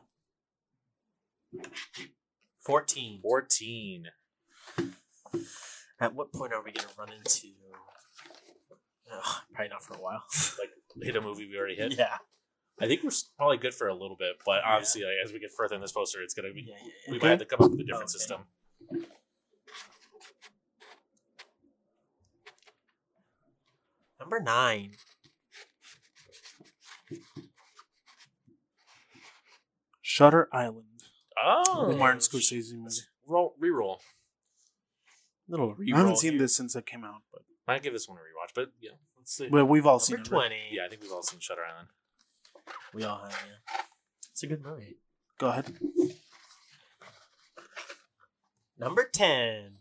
E: 14.
D: 14.
E: At what point are we going to run into. Ugh, probably not for a while.
D: Hit a movie we already hit.
E: yeah.
D: I think we're s- probably good for a little bit, but obviously, like, as we get further in this poster, it's gonna
E: Yeah,
D: be
E: yeah, yeah.
D: we might have to come up with a different
E: Okay.
D: system.
E: Number nine.
C: Shutter Island.
D: Oh,
C: The Martin Scorsese movie.
D: roll reroll.
E: Little
C: I haven't seen this since it came out, but
D: Might give this one a rewatch, but yeah, let's see.
C: but we've all seen
E: Number
C: it. right?
E: 20.
D: yeah, I think we've all seen Shutter Island.
E: We all have, yeah. It's a good movie.
C: Go ahead.
E: Number 10.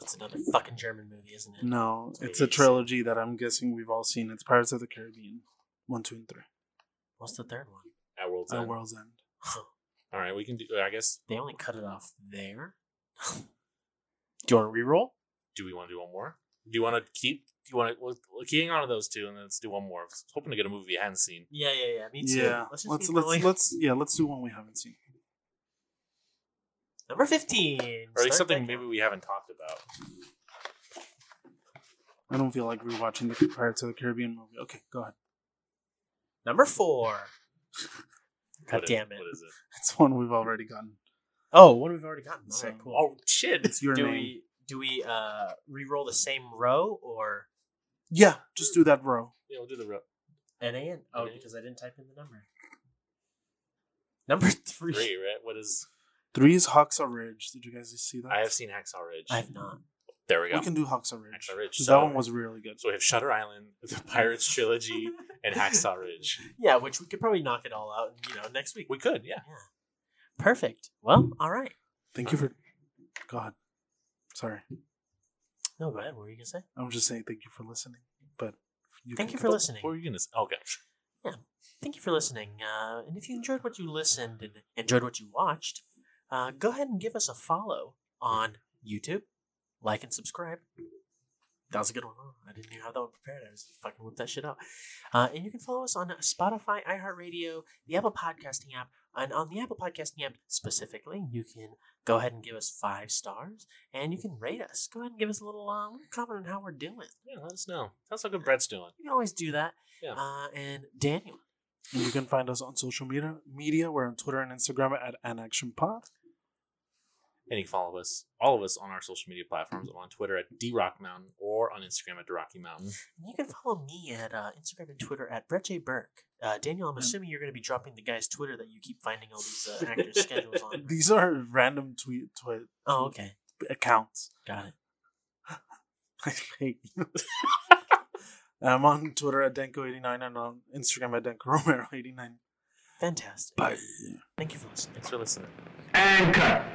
E: That's another fucking German movie, isn't it?
C: No, it's a
D: Please.
C: trilogy that I'm guessing we've all seen. It's Pirates of the Caribbean, one, two, and three.
E: What's the third one?
D: At World's
E: Oh,
C: At
D: End.
C: World's End.
D: All right, we can do. I guess.
E: they only cut it off there. Do you want to reroll?
D: Do we want to do one more? Do you want to keep? Do you want to? We're, we're keying on to those two, and then let's do one more. I was hoping to get a movie I hadn't seen.
E: Yeah, yeah, yeah. Me too.
C: Yeah,
E: Let's
C: let's
E: just
C: let's,
E: keep
C: let's
E: going.
C: yeah let's do one we haven't seen.
E: Number fifteen.
D: Or like
E: Start
D: something
E: back
D: maybe
E: up.
D: we haven't talked about.
C: I don't feel like rewatching the Pirates of the Caribbean movie. Okay, go ahead.
E: Number four. God
D: What is-
E: damn it.
D: What is it?
C: It's one we've already gotten.
E: Oh, one we've already gotten.
C: So-
E: All right, cool.
D: Oh shit!
C: It's your
E: do
C: name.
E: we do we uh re-roll the same row or
C: Yeah, just do that, bro.
D: Yeah, we'll do the rep.
E: N A N? Oh,
D: Okay.
E: because I didn't type in the number. Number three.
D: three, right? What is?
C: Three is Hawksaw Ridge. Did you guys see that?
D: I have seen Hacksaw Ridge.
E: I have not.
D: there we go.
C: We can do Hacksaw Ridge.
D: Hacksaw Ridge,
C: 'cause
D: so-
C: that one was really good.
D: so we have Shutter Island, the Pirates trilogy, and Hacksaw Ridge.
E: Yeah, which we could probably knock it all out, you know, next week.
D: We could, yeah.
E: Perfect. Well, all right.
C: Thank you
E: uh,
C: for. God, sorry.
E: No, go ahead. What were you gonna say?
C: I'm just saying thank you for listening. But you
E: Thank
C: can
E: you
C: go.
E: for listening.
D: What were you gonna? Say? Okay.
E: Thank you for listening. Uh, and if you enjoyed what you listened and enjoyed what you watched, uh, go ahead and give us a follow on YouTube. Like and subscribe. That was a good one. huh? I didn't even have that one prepared. I just fucking whipped that shit out. Uh, and you can follow us on Spotify, iHeartRadio, the Apple Podcasting app. And on the Apple Podcasting app specifically, you can go ahead and give us five stars and you can rate us. Go ahead and give us a little uh, little comment on how we're doing.
D: Yeah, let us know. That's how good Brett's doing.
E: You can always do that.
D: Yeah.
E: Uh, and Daniel.
C: And you can find us on social media. Media, we're on Twitter and Instagram at AnActionPod.
D: And you can follow us, all of us, on our social media platforms on Twitter at DRock Mountain or on Instagram at DRocky Mountain.
E: And You can follow me at uh, Instagram and Twitter at Brett J. Burke. Uh, Daniel, I'm assuming you're going to be dropping the guy's Twitter that you keep finding all these uh, actors' schedules on.
C: These are random tweet tweet
E: Oh, okay.
C: accounts.
E: Got it.
C: I hate you. I'm on Twitter at Denko89 and on Instagram at DenkoRomero89.
E: Fantastic.
C: Bye.
E: Thank you for listening.
D: Thanks for listening.
A: Anchor.